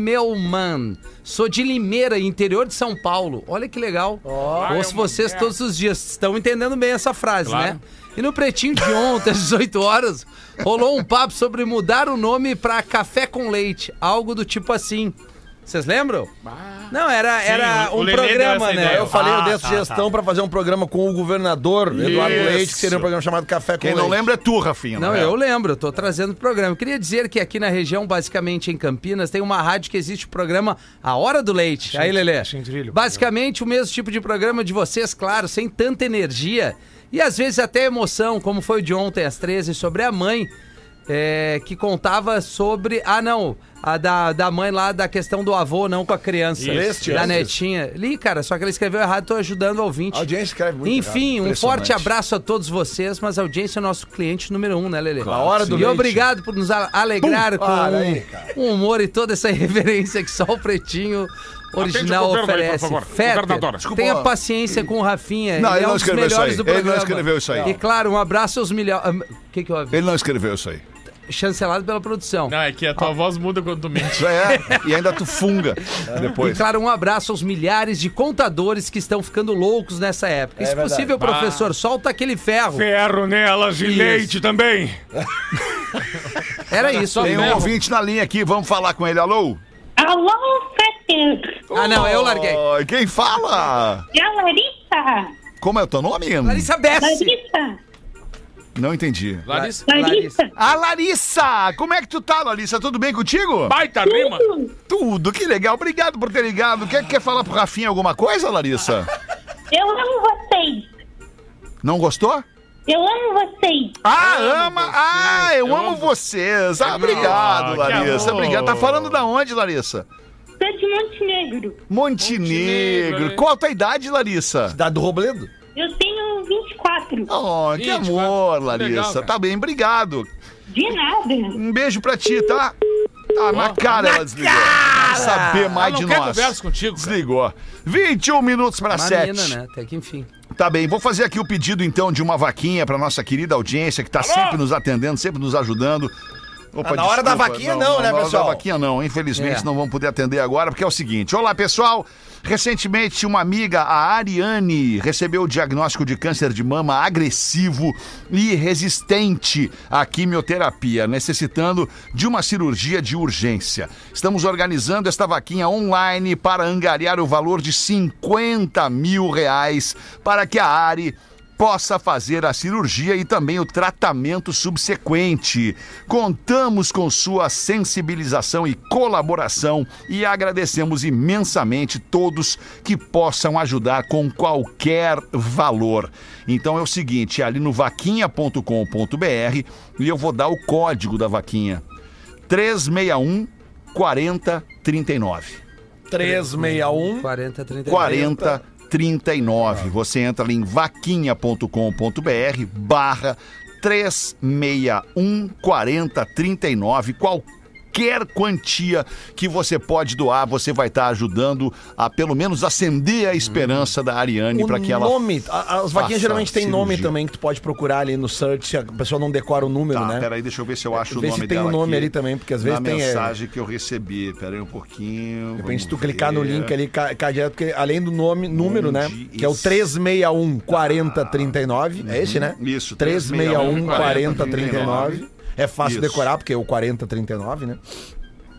[SPEAKER 8] Simelman. Sou de Limeira, interior de São Paulo. Olha que legal. Ouço vocês todos os dias. Estão entendendo bem essa frase, né? E no pretinho de ontem, às 18 horas, rolou um papo sobre mudar o nome pra café com leite. Algo do tipo assim. Vocês lembram? Não, era, era
[SPEAKER 5] Ah. o
[SPEAKER 8] um
[SPEAKER 5] Lelê deu
[SPEAKER 8] programa,
[SPEAKER 5] essa
[SPEAKER 8] né?
[SPEAKER 5] ideia.
[SPEAKER 6] Eu falei, eu dei a
[SPEAKER 5] Ah, tá,
[SPEAKER 6] sugestão pra fazer um programa com o governador Eduardo
[SPEAKER 5] Isso.
[SPEAKER 6] Leite, que seria um programa chamado Café com
[SPEAKER 2] Quem
[SPEAKER 6] Leite.
[SPEAKER 2] não lembra é tu, Rafinha.
[SPEAKER 8] Não,
[SPEAKER 2] é?
[SPEAKER 8] eu lembro, eu tô trazendo o programa. Eu Queria dizer que aqui na região, basicamente em Campinas, tem uma rádio que existe o programa A Hora do Leite. Aí, Lelê.
[SPEAKER 7] sem trilho.
[SPEAKER 8] Basicamente o mesmo tipo de programa de vocês, claro, sem tanta energia e às vezes até emoção, como foi o de ontem às 13, sobre a mãe. é, que contava sobre. Ah, não. A da, da mãe lá da questão do avô, não com a criança.
[SPEAKER 6] Leste
[SPEAKER 8] da
[SPEAKER 6] antes.
[SPEAKER 8] netinha. Li, cara, só que ele escreveu errado, tô ajudando o
[SPEAKER 6] A
[SPEAKER 8] ouvinte.
[SPEAKER 6] audiência escreve muito
[SPEAKER 8] Enfim,
[SPEAKER 6] errado.
[SPEAKER 8] um forte
[SPEAKER 6] Impressionante.
[SPEAKER 8] abraço a todos vocês, mas a audiência é nosso cliente número um, né, Lelê?
[SPEAKER 6] Claro, hora do
[SPEAKER 8] E
[SPEAKER 6] leite.
[SPEAKER 8] obrigado por nos a- alegrar com
[SPEAKER 6] Para
[SPEAKER 8] um,
[SPEAKER 6] aí, cara.
[SPEAKER 8] um humor e toda essa reverência que só o Pretinho original
[SPEAKER 4] Atende o governo aí,
[SPEAKER 8] oferece.
[SPEAKER 4] por favor. Governadora,
[SPEAKER 8] Fetter,
[SPEAKER 4] desculpa.
[SPEAKER 8] tenha paciência com o Rafinha.
[SPEAKER 2] Não,
[SPEAKER 8] ele,
[SPEAKER 2] ele
[SPEAKER 8] é
[SPEAKER 2] não
[SPEAKER 8] um dos
[SPEAKER 2] escreveu isso
[SPEAKER 8] melhores
[SPEAKER 2] aí.
[SPEAKER 8] do
[SPEAKER 2] Ele não
[SPEAKER 8] programa.
[SPEAKER 2] escreveu isso aí.
[SPEAKER 8] E claro, um abraço aos milhares... O que que eu...
[SPEAKER 2] Ele não escreveu isso aí.
[SPEAKER 8] Chancelado pela produção.
[SPEAKER 5] Não, é que a tua voz muda quando tu mente.
[SPEAKER 2] Isso é. e ainda tu funga
[SPEAKER 8] E
[SPEAKER 2] depois.
[SPEAKER 8] claro, um abraço aos milhares de contadores que estão ficando loucos nessa
[SPEAKER 2] É
[SPEAKER 8] época. Se
[SPEAKER 6] verdade.
[SPEAKER 8] possível, professor, solta aquele ferro.
[SPEAKER 7] Ferro nelas e
[SPEAKER 8] Isso.
[SPEAKER 7] leite também.
[SPEAKER 8] Era isso. Ah,
[SPEAKER 2] Tem um
[SPEAKER 8] mesmo.
[SPEAKER 2] ouvinte na linha aqui, vamos falar com ele. Alô?
[SPEAKER 10] Alô, Fetter!
[SPEAKER 8] Ah, não, eu larguei.
[SPEAKER 2] Oi, quem fala?
[SPEAKER 10] É a Larissa!
[SPEAKER 2] Como é o teu nome?
[SPEAKER 8] Larissa Bessi.
[SPEAKER 10] Larissa!
[SPEAKER 2] Não entendi.
[SPEAKER 4] Larissa,
[SPEAKER 10] Larissa!
[SPEAKER 2] A Larissa! Como é que tu tá, Larissa? Tudo bem contigo?
[SPEAKER 4] baita rima.
[SPEAKER 2] Tudo, que legal. Obrigado por ter ligado. Quer, quer falar pro Rafinha alguma coisa, Larissa?
[SPEAKER 10] Eu amo vocês!
[SPEAKER 2] Não gostou?
[SPEAKER 10] Eu amo vocês!
[SPEAKER 2] Ah, ama! Ah, eu, amo, vocês! Ah, obrigado,
[SPEAKER 5] que
[SPEAKER 2] Larissa.
[SPEAKER 5] amor.
[SPEAKER 2] Obrigado. Tá falando da onde, Larissa?
[SPEAKER 10] Sou de Montenegro!
[SPEAKER 2] Montenegro.
[SPEAKER 4] Montenegro, hein?
[SPEAKER 2] Qual a tua idade, Larissa?
[SPEAKER 6] Da do Robledo?
[SPEAKER 10] Eu tenho um 24!
[SPEAKER 2] Oh, que
[SPEAKER 4] Ih,
[SPEAKER 2] amor,
[SPEAKER 4] cara. Legal,
[SPEAKER 2] Larissa.
[SPEAKER 4] cara.
[SPEAKER 2] tá bem, obrigado.
[SPEAKER 10] De nada!
[SPEAKER 2] Um beijo pra ti, tá? Tá na cara ela desligou. Não quer saber mais
[SPEAKER 4] Ela
[SPEAKER 2] de
[SPEAKER 4] não quer
[SPEAKER 2] nós.
[SPEAKER 4] conversa contigo, cara.
[SPEAKER 2] Desligou. 21 minutos pra
[SPEAKER 8] Uma
[SPEAKER 2] 7.
[SPEAKER 8] mina, né? Até que enfim.
[SPEAKER 2] Tá bem, vou fazer aqui o pedido então de uma vaquinha pra nossa querida audiência que tá sempre nos atendendo, sempre nos ajudando. Opa,
[SPEAKER 6] Ah, na hora da vaquinha não, né,
[SPEAKER 2] na hora
[SPEAKER 6] pessoal?
[SPEAKER 2] da vaquinha não, infelizmente
[SPEAKER 8] É.
[SPEAKER 2] não vão poder atender agora, porque é o seguinte. Olá, pessoal. Recentemente, uma amiga, a Ariane, recebeu o diagnóstico de câncer de mama agressivo e resistente à quimioterapia, necessitando de uma cirurgia de urgência. Estamos organizando esta vaquinha online para angariar o valor de 50 mil reais para que a Ari possa fazer a cirurgia e também o tratamento subsequente. Contamos com sua sensibilização e colaboração e agradecemos imensamente todos que possam ajudar com qualquer valor. Então é o seguinte, é ali no vaquinha.com.br e eu vou dar o código da vaquinha. 361 4039.
[SPEAKER 6] 361.
[SPEAKER 8] 40, 30.
[SPEAKER 2] 40 39. Você entra ali em vaquinha.com.br um barra 361 40 39. Qualquer qualquer quantia que você pode doar, você vai estar ajudando a pelo menos acender a esperança da Ariane
[SPEAKER 6] O
[SPEAKER 2] para que ela
[SPEAKER 6] nome, a- as
[SPEAKER 2] faça
[SPEAKER 6] vaquinhas geralmente tem nome
[SPEAKER 2] cirurgia.
[SPEAKER 6] também que tu pode procurar ali no search, se a pessoa não decora o número,
[SPEAKER 2] Tá,
[SPEAKER 6] né?
[SPEAKER 2] peraí, deixa eu ver se eu acho
[SPEAKER 6] Vê
[SPEAKER 2] o
[SPEAKER 6] se
[SPEAKER 2] nome
[SPEAKER 6] tem o
[SPEAKER 2] dela
[SPEAKER 6] nome
[SPEAKER 2] aqui
[SPEAKER 6] ali também, porque às vezes
[SPEAKER 2] na
[SPEAKER 6] tem, é-
[SPEAKER 2] mensagem que eu recebi. Peraí um pouquinho.
[SPEAKER 6] De repente, se tu
[SPEAKER 2] vamos
[SPEAKER 6] clicar no
[SPEAKER 2] ver.
[SPEAKER 6] link ali, cai, cai direto, porque além do nome, número, né?
[SPEAKER 2] Onde
[SPEAKER 6] Que é o
[SPEAKER 2] esse-
[SPEAKER 6] 361 4039. É esse, né?
[SPEAKER 2] Uhum. Isso,
[SPEAKER 6] 361 4039.
[SPEAKER 2] 4039.
[SPEAKER 6] É fácil
[SPEAKER 2] Isso.
[SPEAKER 6] decorar, porque é o 4039, né?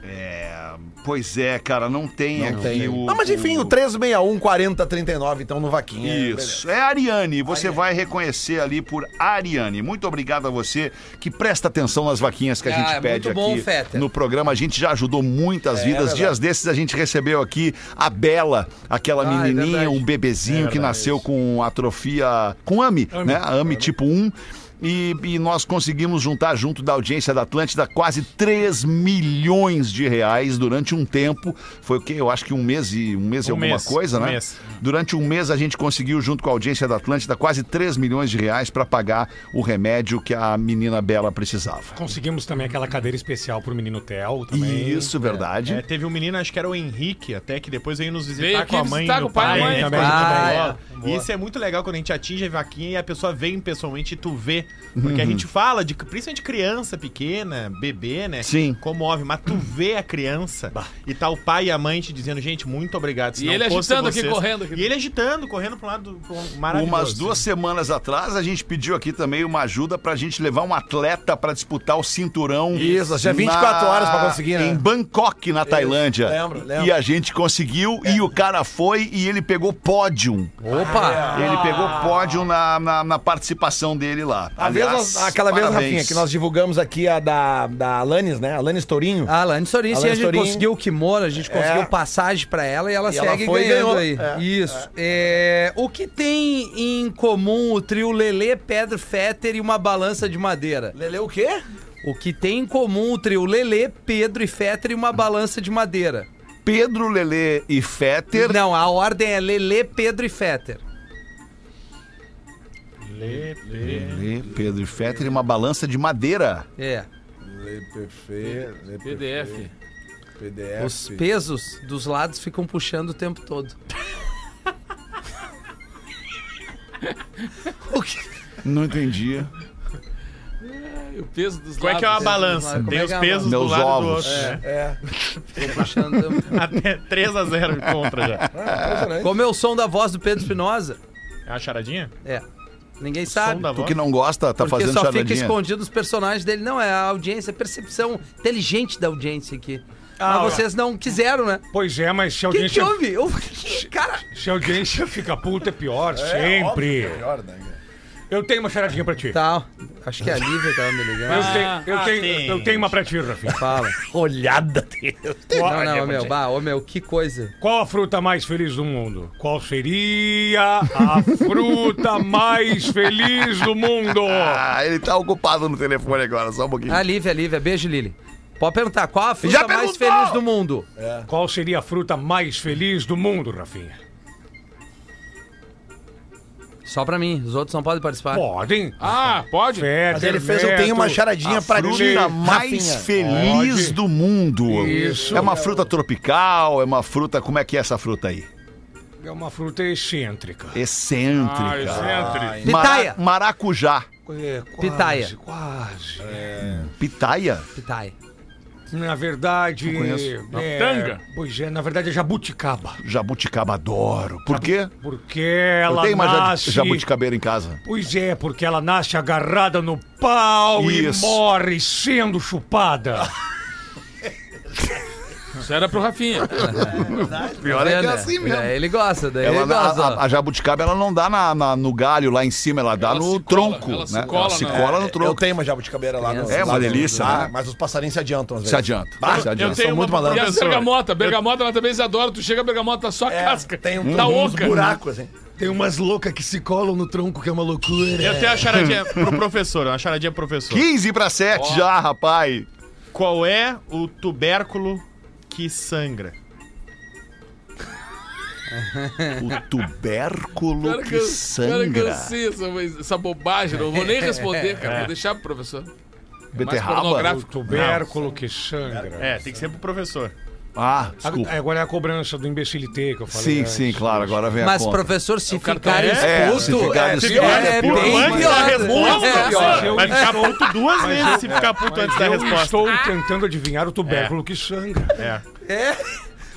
[SPEAKER 2] É, pois é, cara, não tem
[SPEAKER 6] Não
[SPEAKER 2] aqui
[SPEAKER 6] tem.
[SPEAKER 2] o.
[SPEAKER 6] Ah, mas enfim, o 361 4039, então no Vaquinha.
[SPEAKER 2] Isso. É a Ariane. Você vai reconhecer ali por Ariane. Muito obrigado a você que presta atenção nas vaquinhas que a
[SPEAKER 8] Ah,
[SPEAKER 2] gente
[SPEAKER 8] é
[SPEAKER 2] pede
[SPEAKER 8] muito bom,
[SPEAKER 2] aqui
[SPEAKER 8] Feta.
[SPEAKER 2] no programa. A gente já ajudou muitas vidas. Dias desses a gente recebeu aqui a Bela, aquela
[SPEAKER 8] Ah, é
[SPEAKER 2] menininha,
[SPEAKER 8] verdade.
[SPEAKER 2] um bebezinho que nasceu com atrofia, com AMI, né? A AMI tipo 1. E, e nós conseguimos juntar junto da audiência da Atlântida quase 3 milhões de reais durante um tempo. Foi o quê? Eu acho que um mês e um mês e
[SPEAKER 5] Um
[SPEAKER 2] alguma
[SPEAKER 5] mês,
[SPEAKER 2] coisa,
[SPEAKER 5] um
[SPEAKER 2] né?
[SPEAKER 5] mês.
[SPEAKER 2] Durante um mês a gente conseguiu, junto com a audiência da Atlântida, quase 3 milhões de reais para pagar o remédio que a menina Bela precisava.
[SPEAKER 7] Conseguimos também aquela cadeira especial pro menino Theo também.
[SPEAKER 2] Isso, verdade.
[SPEAKER 5] É, teve um menino, acho que era o Henrique, até que depois veio nos
[SPEAKER 4] Veio
[SPEAKER 5] visitar
[SPEAKER 4] aqui
[SPEAKER 5] com a mãe.
[SPEAKER 4] visitar
[SPEAKER 5] e
[SPEAKER 4] com o pai e a mãe.
[SPEAKER 5] Também,
[SPEAKER 8] Ah,
[SPEAKER 5] também. E Isso é muito legal quando a gente atinge a vaquinha e a pessoa vem pessoalmente e tu vê. Porque a
[SPEAKER 2] Uhum.
[SPEAKER 5] gente fala, de, principalmente criança pequena, bebê, né?
[SPEAKER 2] Sim.
[SPEAKER 5] Comove, mas tu vê a criança e tá o pai e a mãe te dizendo, gente, muito obrigado. se
[SPEAKER 4] E
[SPEAKER 5] não
[SPEAKER 4] ele
[SPEAKER 5] fosse
[SPEAKER 4] agitando aqui, correndo aqui.
[SPEAKER 5] E ele agitando, correndo pra um lado pro outro. maravilhoso.
[SPEAKER 2] Umas duas semanas atrás, a gente pediu aqui também uma ajuda pra gente levar um atleta pra disputar o cinturão.
[SPEAKER 6] Isso, tinha 24 horas pra conseguir, né?
[SPEAKER 2] Em Bangkok, na Tailândia.
[SPEAKER 6] lembro, lembro. É.
[SPEAKER 2] E a gente conseguiu, e o cara foi e ele pegou pódio.
[SPEAKER 6] Ah, é.
[SPEAKER 8] Opa!
[SPEAKER 2] Ele pegou pódio na, na, na participação dele lá.
[SPEAKER 6] A vez,
[SPEAKER 2] Aliás,
[SPEAKER 6] nós- aquela vez,
[SPEAKER 2] parabéns.
[SPEAKER 6] Rafinha, que nós divulgamos aqui a da, da Alanis, né? Alanis Tourinho.
[SPEAKER 8] Ah, Alanis Sorin, sim, a
[SPEAKER 6] Alanis
[SPEAKER 8] gente
[SPEAKER 6] Sorin.
[SPEAKER 8] conseguiu o kimono, a gente conseguiu passagem pra ela e ela
[SPEAKER 6] ela
[SPEAKER 8] segue
[SPEAKER 6] foi e
[SPEAKER 8] ganhando
[SPEAKER 6] ganhou.
[SPEAKER 8] aí.
[SPEAKER 6] É,
[SPEAKER 8] Isso. É, o que tem em comum o trio Lelê, Pedro Fetter e uma balança de madeira?
[SPEAKER 6] Lele o quê?
[SPEAKER 8] O que tem em comum o trio Lelê, Pedro e Fetter e uma balança de madeira?
[SPEAKER 2] Pedro, Lelê e Fetter.
[SPEAKER 8] Não, a ordem é Lelê, Pedro e Fetter.
[SPEAKER 2] Lelê, Pedro e Fetter e uma balança de madeira.
[SPEAKER 8] É.
[SPEAKER 4] PDF.
[SPEAKER 6] É,
[SPEAKER 8] Os pesos dos lados ficam puxando o tempo todo.
[SPEAKER 2] Não entendi.
[SPEAKER 4] O peso dos
[SPEAKER 5] Como é que é uma
[SPEAKER 4] lábios.
[SPEAKER 5] balança?
[SPEAKER 8] Como
[SPEAKER 5] Tem
[SPEAKER 8] é
[SPEAKER 5] os
[SPEAKER 8] que é a
[SPEAKER 5] pesos do
[SPEAKER 2] balança? Meus
[SPEAKER 5] lado do
[SPEAKER 2] ovos.
[SPEAKER 5] outro. né?
[SPEAKER 6] É.
[SPEAKER 8] Ficam puxando o tempo todo.
[SPEAKER 5] Até 3x0 contra já.
[SPEAKER 6] Ah,
[SPEAKER 8] Como é o som da voz do Pedro Espinosa?
[SPEAKER 5] É uma charadinha?
[SPEAKER 8] É. Ninguém
[SPEAKER 5] Som
[SPEAKER 8] sabe.
[SPEAKER 5] da
[SPEAKER 2] Tu
[SPEAKER 5] voz?
[SPEAKER 2] que não gosta, tá
[SPEAKER 8] Porque
[SPEAKER 2] fazendo
[SPEAKER 8] só
[SPEAKER 2] charadinha.
[SPEAKER 8] fica escondido os personagens dele. Não, é a audiência, é a percepção inteligente da audiência aqui.
[SPEAKER 7] Ah,
[SPEAKER 8] Mas vocês não quiseram, né?
[SPEAKER 7] Pois é, mas se
[SPEAKER 8] O que, que
[SPEAKER 7] audiência,
[SPEAKER 8] houve? Eu- que- Cara,
[SPEAKER 7] se audiência fica puta, é pior, sempre. Eu tenho uma charadinha pra ti.
[SPEAKER 8] tá. Acho que a Lívia tava me ligando.
[SPEAKER 7] Eu, tenho, eu,
[SPEAKER 5] ah,
[SPEAKER 7] tenho,
[SPEAKER 5] tem.
[SPEAKER 7] eu tenho uma pra ti, Rafinha.
[SPEAKER 8] Fala.
[SPEAKER 6] Olhada dele.
[SPEAKER 8] Não, não, meu, bah, ô meu, que coisa.
[SPEAKER 7] Qual a fruta mais feliz do mundo? Qual seria a fruta mais feliz do mundo?
[SPEAKER 2] Ah, ele tá ocupado no telefone agora, só um pouquinho.
[SPEAKER 8] A Ah, Lívia, a Lívia, beijo, Lili. Pode perguntar, qual a fruta
[SPEAKER 2] Já
[SPEAKER 8] mais
[SPEAKER 2] perguntou!
[SPEAKER 8] feliz do mundo?
[SPEAKER 7] Qual seria a fruta mais feliz do mundo, Rafinha?
[SPEAKER 8] Só pra mim, os outros não podem participar.
[SPEAKER 7] Podem.
[SPEAKER 4] Ah, pode?
[SPEAKER 6] Mas ele fez, eu tenho uma charadinha pra ti,
[SPEAKER 2] fruta mais
[SPEAKER 6] Rafinha.
[SPEAKER 2] feliz
[SPEAKER 7] Pode.
[SPEAKER 2] do mundo.
[SPEAKER 7] Isso.
[SPEAKER 2] É uma fruta tropical, é uma fruta. Como é que é essa fruta aí?
[SPEAKER 7] É uma fruta excêntrica.
[SPEAKER 4] Ah,
[SPEAKER 2] Excêntrica.
[SPEAKER 7] Excêntrica.
[SPEAKER 2] Mara-
[SPEAKER 8] Pitaia.
[SPEAKER 2] maracujá.
[SPEAKER 7] É, quase,
[SPEAKER 8] Pitaia.
[SPEAKER 7] Quase.
[SPEAKER 2] Pitaia?
[SPEAKER 8] Pitaia.
[SPEAKER 7] Na verdade.
[SPEAKER 2] Não conheço.
[SPEAKER 7] é,
[SPEAKER 4] Tanga?
[SPEAKER 7] Pois é, na verdade é jabuticaba.
[SPEAKER 2] Jabuticaba adoro. Por quê?
[SPEAKER 7] Porque ela
[SPEAKER 2] Eu tenho uma ja-
[SPEAKER 7] nasce.
[SPEAKER 2] jabuticabeira em casa.
[SPEAKER 7] Pois é, porque ela nasce agarrada no pau
[SPEAKER 2] Isso.
[SPEAKER 7] e morre sendo chupada.
[SPEAKER 4] Isso era pro Rafinha.
[SPEAKER 2] Pior é que é
[SPEAKER 8] Né?
[SPEAKER 2] assim mesmo.
[SPEAKER 8] É, ele gosta, daí
[SPEAKER 2] Ela-
[SPEAKER 8] ele gosta.
[SPEAKER 2] a, a- a jabuticaba ela não dá na- na- no galho lá em cima, ela dá
[SPEAKER 4] Ela
[SPEAKER 2] no
[SPEAKER 4] se cola,
[SPEAKER 2] tronco.
[SPEAKER 4] ela se
[SPEAKER 2] né?
[SPEAKER 4] cola
[SPEAKER 2] se
[SPEAKER 4] na-
[SPEAKER 2] cola no
[SPEAKER 6] É, Eu
[SPEAKER 2] tronco.
[SPEAKER 6] tenho uma jabuticabeira lá. no-
[SPEAKER 2] É uma
[SPEAKER 6] lá no-
[SPEAKER 2] delícia,
[SPEAKER 6] lá,
[SPEAKER 2] né?
[SPEAKER 6] Mas os passarinhos se adiantam às vezes.
[SPEAKER 2] Se adianta. se adianta.
[SPEAKER 5] tenho
[SPEAKER 6] São muito
[SPEAKER 5] uma pro
[SPEAKER 4] E a
[SPEAKER 6] malandros.
[SPEAKER 5] professor.
[SPEAKER 4] bergamota? Bergamota, ela também se adora. Tu chega, a bergamota tá só
[SPEAKER 6] É,
[SPEAKER 4] casca.
[SPEAKER 6] Tem um,
[SPEAKER 4] tá
[SPEAKER 6] uns
[SPEAKER 4] oca.
[SPEAKER 6] buracos, assim.
[SPEAKER 2] Uhum.
[SPEAKER 3] Tem umas loucas que se colam no tronco, que é uma loucura.
[SPEAKER 5] Eu tenho a charadinha pro professor, uma charadinha pro professor.
[SPEAKER 2] 15 pra 7 já, rapaz.
[SPEAKER 5] Qual é o tubérculo que sangra?
[SPEAKER 2] O tubérculo
[SPEAKER 4] Cara,
[SPEAKER 2] que,
[SPEAKER 4] eu- cara, eu
[SPEAKER 2] sangra.
[SPEAKER 4] sei essa, essa bobagem, não vou nem responder, cara. Vou deixar pro professor. mais
[SPEAKER 2] Beterraba?
[SPEAKER 4] pornográfico.
[SPEAKER 7] O tubérculo que sangra.
[SPEAKER 5] É, tem que ser pro professor.
[SPEAKER 2] Ah,
[SPEAKER 7] A-
[SPEAKER 2] desculpa.
[SPEAKER 7] Agora é a cobrança do imbecilitê que eu falei.
[SPEAKER 2] Sim,
[SPEAKER 7] antes.
[SPEAKER 2] sim, claro, agora vem É a
[SPEAKER 8] Mas,
[SPEAKER 2] conta.
[SPEAKER 8] professor, se
[SPEAKER 4] cara
[SPEAKER 8] ficar
[SPEAKER 4] tá-
[SPEAKER 2] É,
[SPEAKER 8] expulso,
[SPEAKER 2] se ficar
[SPEAKER 8] é,
[SPEAKER 2] expulso,
[SPEAKER 8] é
[SPEAKER 2] é
[SPEAKER 8] bem
[SPEAKER 2] pior.
[SPEAKER 5] Antes da
[SPEAKER 8] pior.
[SPEAKER 5] resposta,
[SPEAKER 8] É,
[SPEAKER 7] professor.
[SPEAKER 8] é,
[SPEAKER 5] Vai ficar puto duas vezes se ficar puto antes da
[SPEAKER 7] Eu
[SPEAKER 5] é resposta.
[SPEAKER 7] estou tentando adivinhar o tubérculo que sangra.
[SPEAKER 5] É.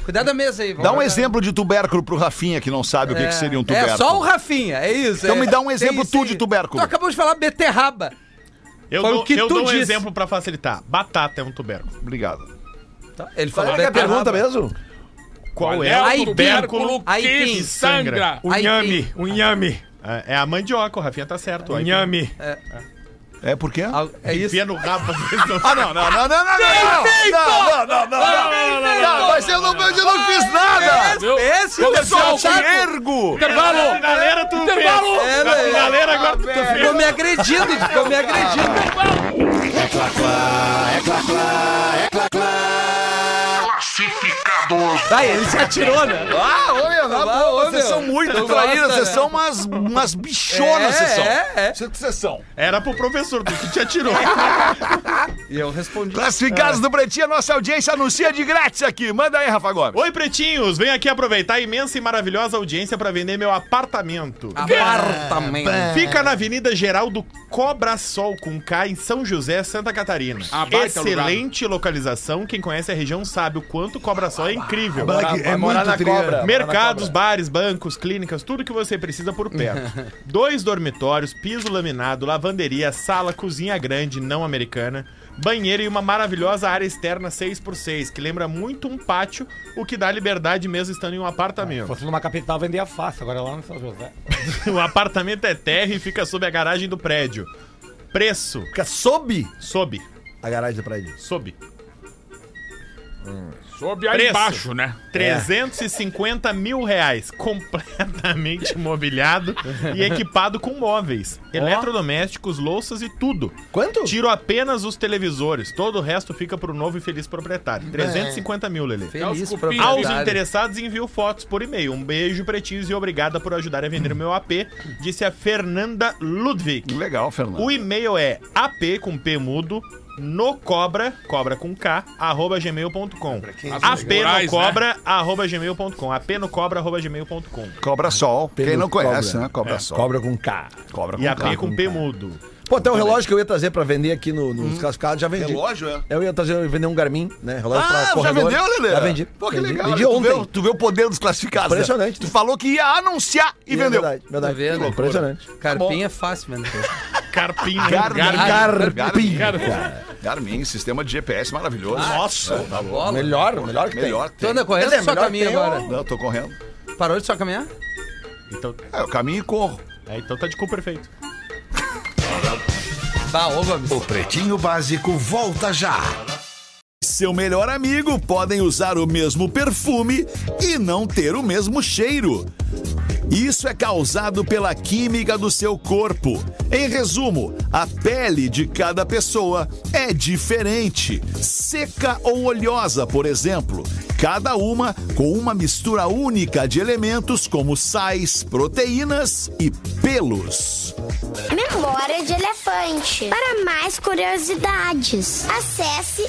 [SPEAKER 8] Cuidado da mesa aí.
[SPEAKER 2] Dá um
[SPEAKER 8] vamos-
[SPEAKER 2] exemplo de tubérculo pro Rafinha que não sabe o que, que seria um
[SPEAKER 8] É
[SPEAKER 2] tubérculo.
[SPEAKER 8] só o Rafinha, é isso.
[SPEAKER 2] Então
[SPEAKER 8] é.
[SPEAKER 2] me dá um exemplo
[SPEAKER 8] isso
[SPEAKER 2] tu
[SPEAKER 8] aí.
[SPEAKER 2] de tubérculo.
[SPEAKER 8] Tu acabou de falar beterraba.
[SPEAKER 5] Eu
[SPEAKER 8] Foi o
[SPEAKER 5] dou,
[SPEAKER 8] que
[SPEAKER 5] eu
[SPEAKER 8] tu
[SPEAKER 5] dou um
[SPEAKER 8] disse.
[SPEAKER 5] exemplo pra facilitar. Batata é um tubérculo.
[SPEAKER 2] Obrigado.
[SPEAKER 8] Tá, Ele
[SPEAKER 6] Qual
[SPEAKER 8] falou
[SPEAKER 6] é a pergunta
[SPEAKER 8] beterraba.
[SPEAKER 6] mesmo?
[SPEAKER 5] Qual
[SPEAKER 4] É
[SPEAKER 5] é
[SPEAKER 8] Aipim.
[SPEAKER 5] o tubérculo?
[SPEAKER 8] Aipim.
[SPEAKER 4] que sangra.
[SPEAKER 7] O
[SPEAKER 8] Aí
[SPEAKER 7] nhame, o nhame,
[SPEAKER 5] É é a mandioca, o Rafinha tá certo.
[SPEAKER 7] o
[SPEAKER 5] aí
[SPEAKER 7] nhame.
[SPEAKER 2] É por quê?
[SPEAKER 8] Ah, É isso. Ah,
[SPEAKER 5] Enfia no rabo. às vezes não-
[SPEAKER 2] Ah, não, não, não, não, não, não, não, não, não, não, não, não, não, não, mas eu não, eu não fiz nada.
[SPEAKER 4] Meu-
[SPEAKER 8] Esse
[SPEAKER 2] Eu só te
[SPEAKER 8] pessoal
[SPEAKER 2] ergo.
[SPEAKER 5] Intervalo! Galera, tu Intervalo!
[SPEAKER 8] Era-
[SPEAKER 5] Galera, agora tu fez.
[SPEAKER 8] Ficou me agredindo, ficou me agredindo. Vai, ele se atirou, né?
[SPEAKER 2] Ah, olha, na
[SPEAKER 8] Vai,
[SPEAKER 2] boa,
[SPEAKER 8] ô,
[SPEAKER 2] vocês
[SPEAKER 8] meu.
[SPEAKER 2] são muito
[SPEAKER 8] Tu
[SPEAKER 2] traíras,
[SPEAKER 8] gosta,
[SPEAKER 2] Então, vocês
[SPEAKER 8] né?
[SPEAKER 2] são umas, umas bichonas,
[SPEAKER 8] É,
[SPEAKER 2] vocês são.
[SPEAKER 8] é, é.
[SPEAKER 2] Vocês- Vocês são.
[SPEAKER 5] Era pro professor, tu que te atirou.
[SPEAKER 8] E eu respondi.
[SPEAKER 2] Classificados do Pretinho, a nossa audiência anuncia de grátis aqui. Manda aí, Rafa Gomes.
[SPEAKER 5] Oi, pretinhos! Venho aqui aproveitar a imensa e maravilhosa audiência pra vender meu apartamento.
[SPEAKER 8] Apartamento.
[SPEAKER 5] Fica na Avenida Geraldo Cobra Sol com K em São José, Santa Catarina.
[SPEAKER 4] Ah, baita
[SPEAKER 5] Excelente localização. Quem conhece a região sabe o quanto Cobra Sol é incrível.
[SPEAKER 6] É muito
[SPEAKER 7] Tá,
[SPEAKER 6] cobra.
[SPEAKER 5] Mercados, bares, bancos, clínicas, tudo que você precisa por perto. Dois dormitórios, piso laminado, lavanderia, sala, cozinha grande, não americana, banheiro e uma maravilhosa área externa 6x6, que lembra muito um pátio, o que dá liberdade mesmo estando em um apartamento.
[SPEAKER 7] Fosse numa capital vender a face, agora lá no São José.
[SPEAKER 5] o apartamento é térreo e fica sob a garagem do prédio. Preço,
[SPEAKER 6] Fica é sob
[SPEAKER 5] sob,
[SPEAKER 6] a garagem da praia.
[SPEAKER 5] sob.
[SPEAKER 4] Sobe aí
[SPEAKER 5] Preço.
[SPEAKER 4] embaixo, né?
[SPEAKER 5] 350 mil reais, completamente mobiliado e equipado com móveis, eletrodomésticos, louças e tudo.
[SPEAKER 6] Quanto?
[SPEAKER 5] Tiro apenas os televisores, todo o resto fica pro novo e feliz
[SPEAKER 2] É.
[SPEAKER 5] proprietário. 350 mil, Lele.
[SPEAKER 8] Feliz
[SPEAKER 4] Aos
[SPEAKER 5] Aos
[SPEAKER 8] proprietário.
[SPEAKER 5] interessados, envio fotos por e-mail. Um beijo, pretinhos, e obrigada por ajudar a vender meu AP, disse a Fernanda Ludwig.
[SPEAKER 2] Legal, Fernando.
[SPEAKER 5] O e-mail é ap com p mudo no cobra, cobra com k, arroba gmail.com.
[SPEAKER 4] As
[SPEAKER 5] Ap no
[SPEAKER 2] né?
[SPEAKER 4] rurais,
[SPEAKER 5] cobra, arroba gmail.com. Ap no cobra, arroba gmail.com.
[SPEAKER 2] Cobra Sol. Quem não
[SPEAKER 6] Cobra. É.
[SPEAKER 2] conhece, né? Cobra Sol.
[SPEAKER 6] Cobra com K.
[SPEAKER 2] Cobra
[SPEAKER 5] E ap
[SPEAKER 2] K.
[SPEAKER 5] com p mudo.
[SPEAKER 6] Pô, até o relógio que eu ia trazer pra vender aqui no, nos classificados, já vendi.
[SPEAKER 2] Hum. Relógio, é?
[SPEAKER 6] Eu ia trazer, eu ia vender um Garmin, né? Relógio pra
[SPEAKER 2] Ah, já
[SPEAKER 6] corredor.
[SPEAKER 2] vendeu, Lelê?
[SPEAKER 6] Já vendi.
[SPEAKER 2] Pô, que
[SPEAKER 6] Vendi.
[SPEAKER 2] legal.
[SPEAKER 6] Vendi
[SPEAKER 2] tu, vê, o-
[SPEAKER 6] ontem.
[SPEAKER 2] tu vê o poder dos classificados. né?
[SPEAKER 6] Impressionante.
[SPEAKER 2] Tu falou que ia anunciar e,
[SPEAKER 6] é
[SPEAKER 2] vendeu.
[SPEAKER 6] Verdade,
[SPEAKER 8] Tá
[SPEAKER 6] verdade. Que
[SPEAKER 8] vendo?
[SPEAKER 6] loucura. Impressionante.
[SPEAKER 8] Carpinha é fácil, mano.
[SPEAKER 5] Carpim,
[SPEAKER 2] Gar- Gar-
[SPEAKER 6] Garmin.
[SPEAKER 2] Garmin, sistema de GPS maravilhoso.
[SPEAKER 5] Nossa.
[SPEAKER 2] tá louco.
[SPEAKER 8] Bola.
[SPEAKER 6] Melhor, o melhor que tem.
[SPEAKER 2] Melhor.
[SPEAKER 8] Tu
[SPEAKER 2] tem.
[SPEAKER 8] anda correndo
[SPEAKER 6] Ele é
[SPEAKER 8] ou só
[SPEAKER 6] melhor
[SPEAKER 8] caminha
[SPEAKER 6] que eu.
[SPEAKER 8] agora?
[SPEAKER 2] Não, eu tô correndo.
[SPEAKER 8] Parou de só caminhar?
[SPEAKER 5] Então,
[SPEAKER 2] É, eu caminho e corro.
[SPEAKER 5] é, então tá de cu perfeito.
[SPEAKER 8] Bah, ô Gomes.
[SPEAKER 1] O Pretinho Básico volta já.
[SPEAKER 2] Seu melhor amigo podem usar o mesmo perfume e não ter o mesmo cheiro. Isso é causado pela química do seu corpo. Em resumo, a pele de cada pessoa é diferente, seca ou oleosa, por exemplo, cada uma com uma mistura única de elementos como sais, proteínas e pelos.
[SPEAKER 11] Memória de elefante. Para mais curiosidades, acesse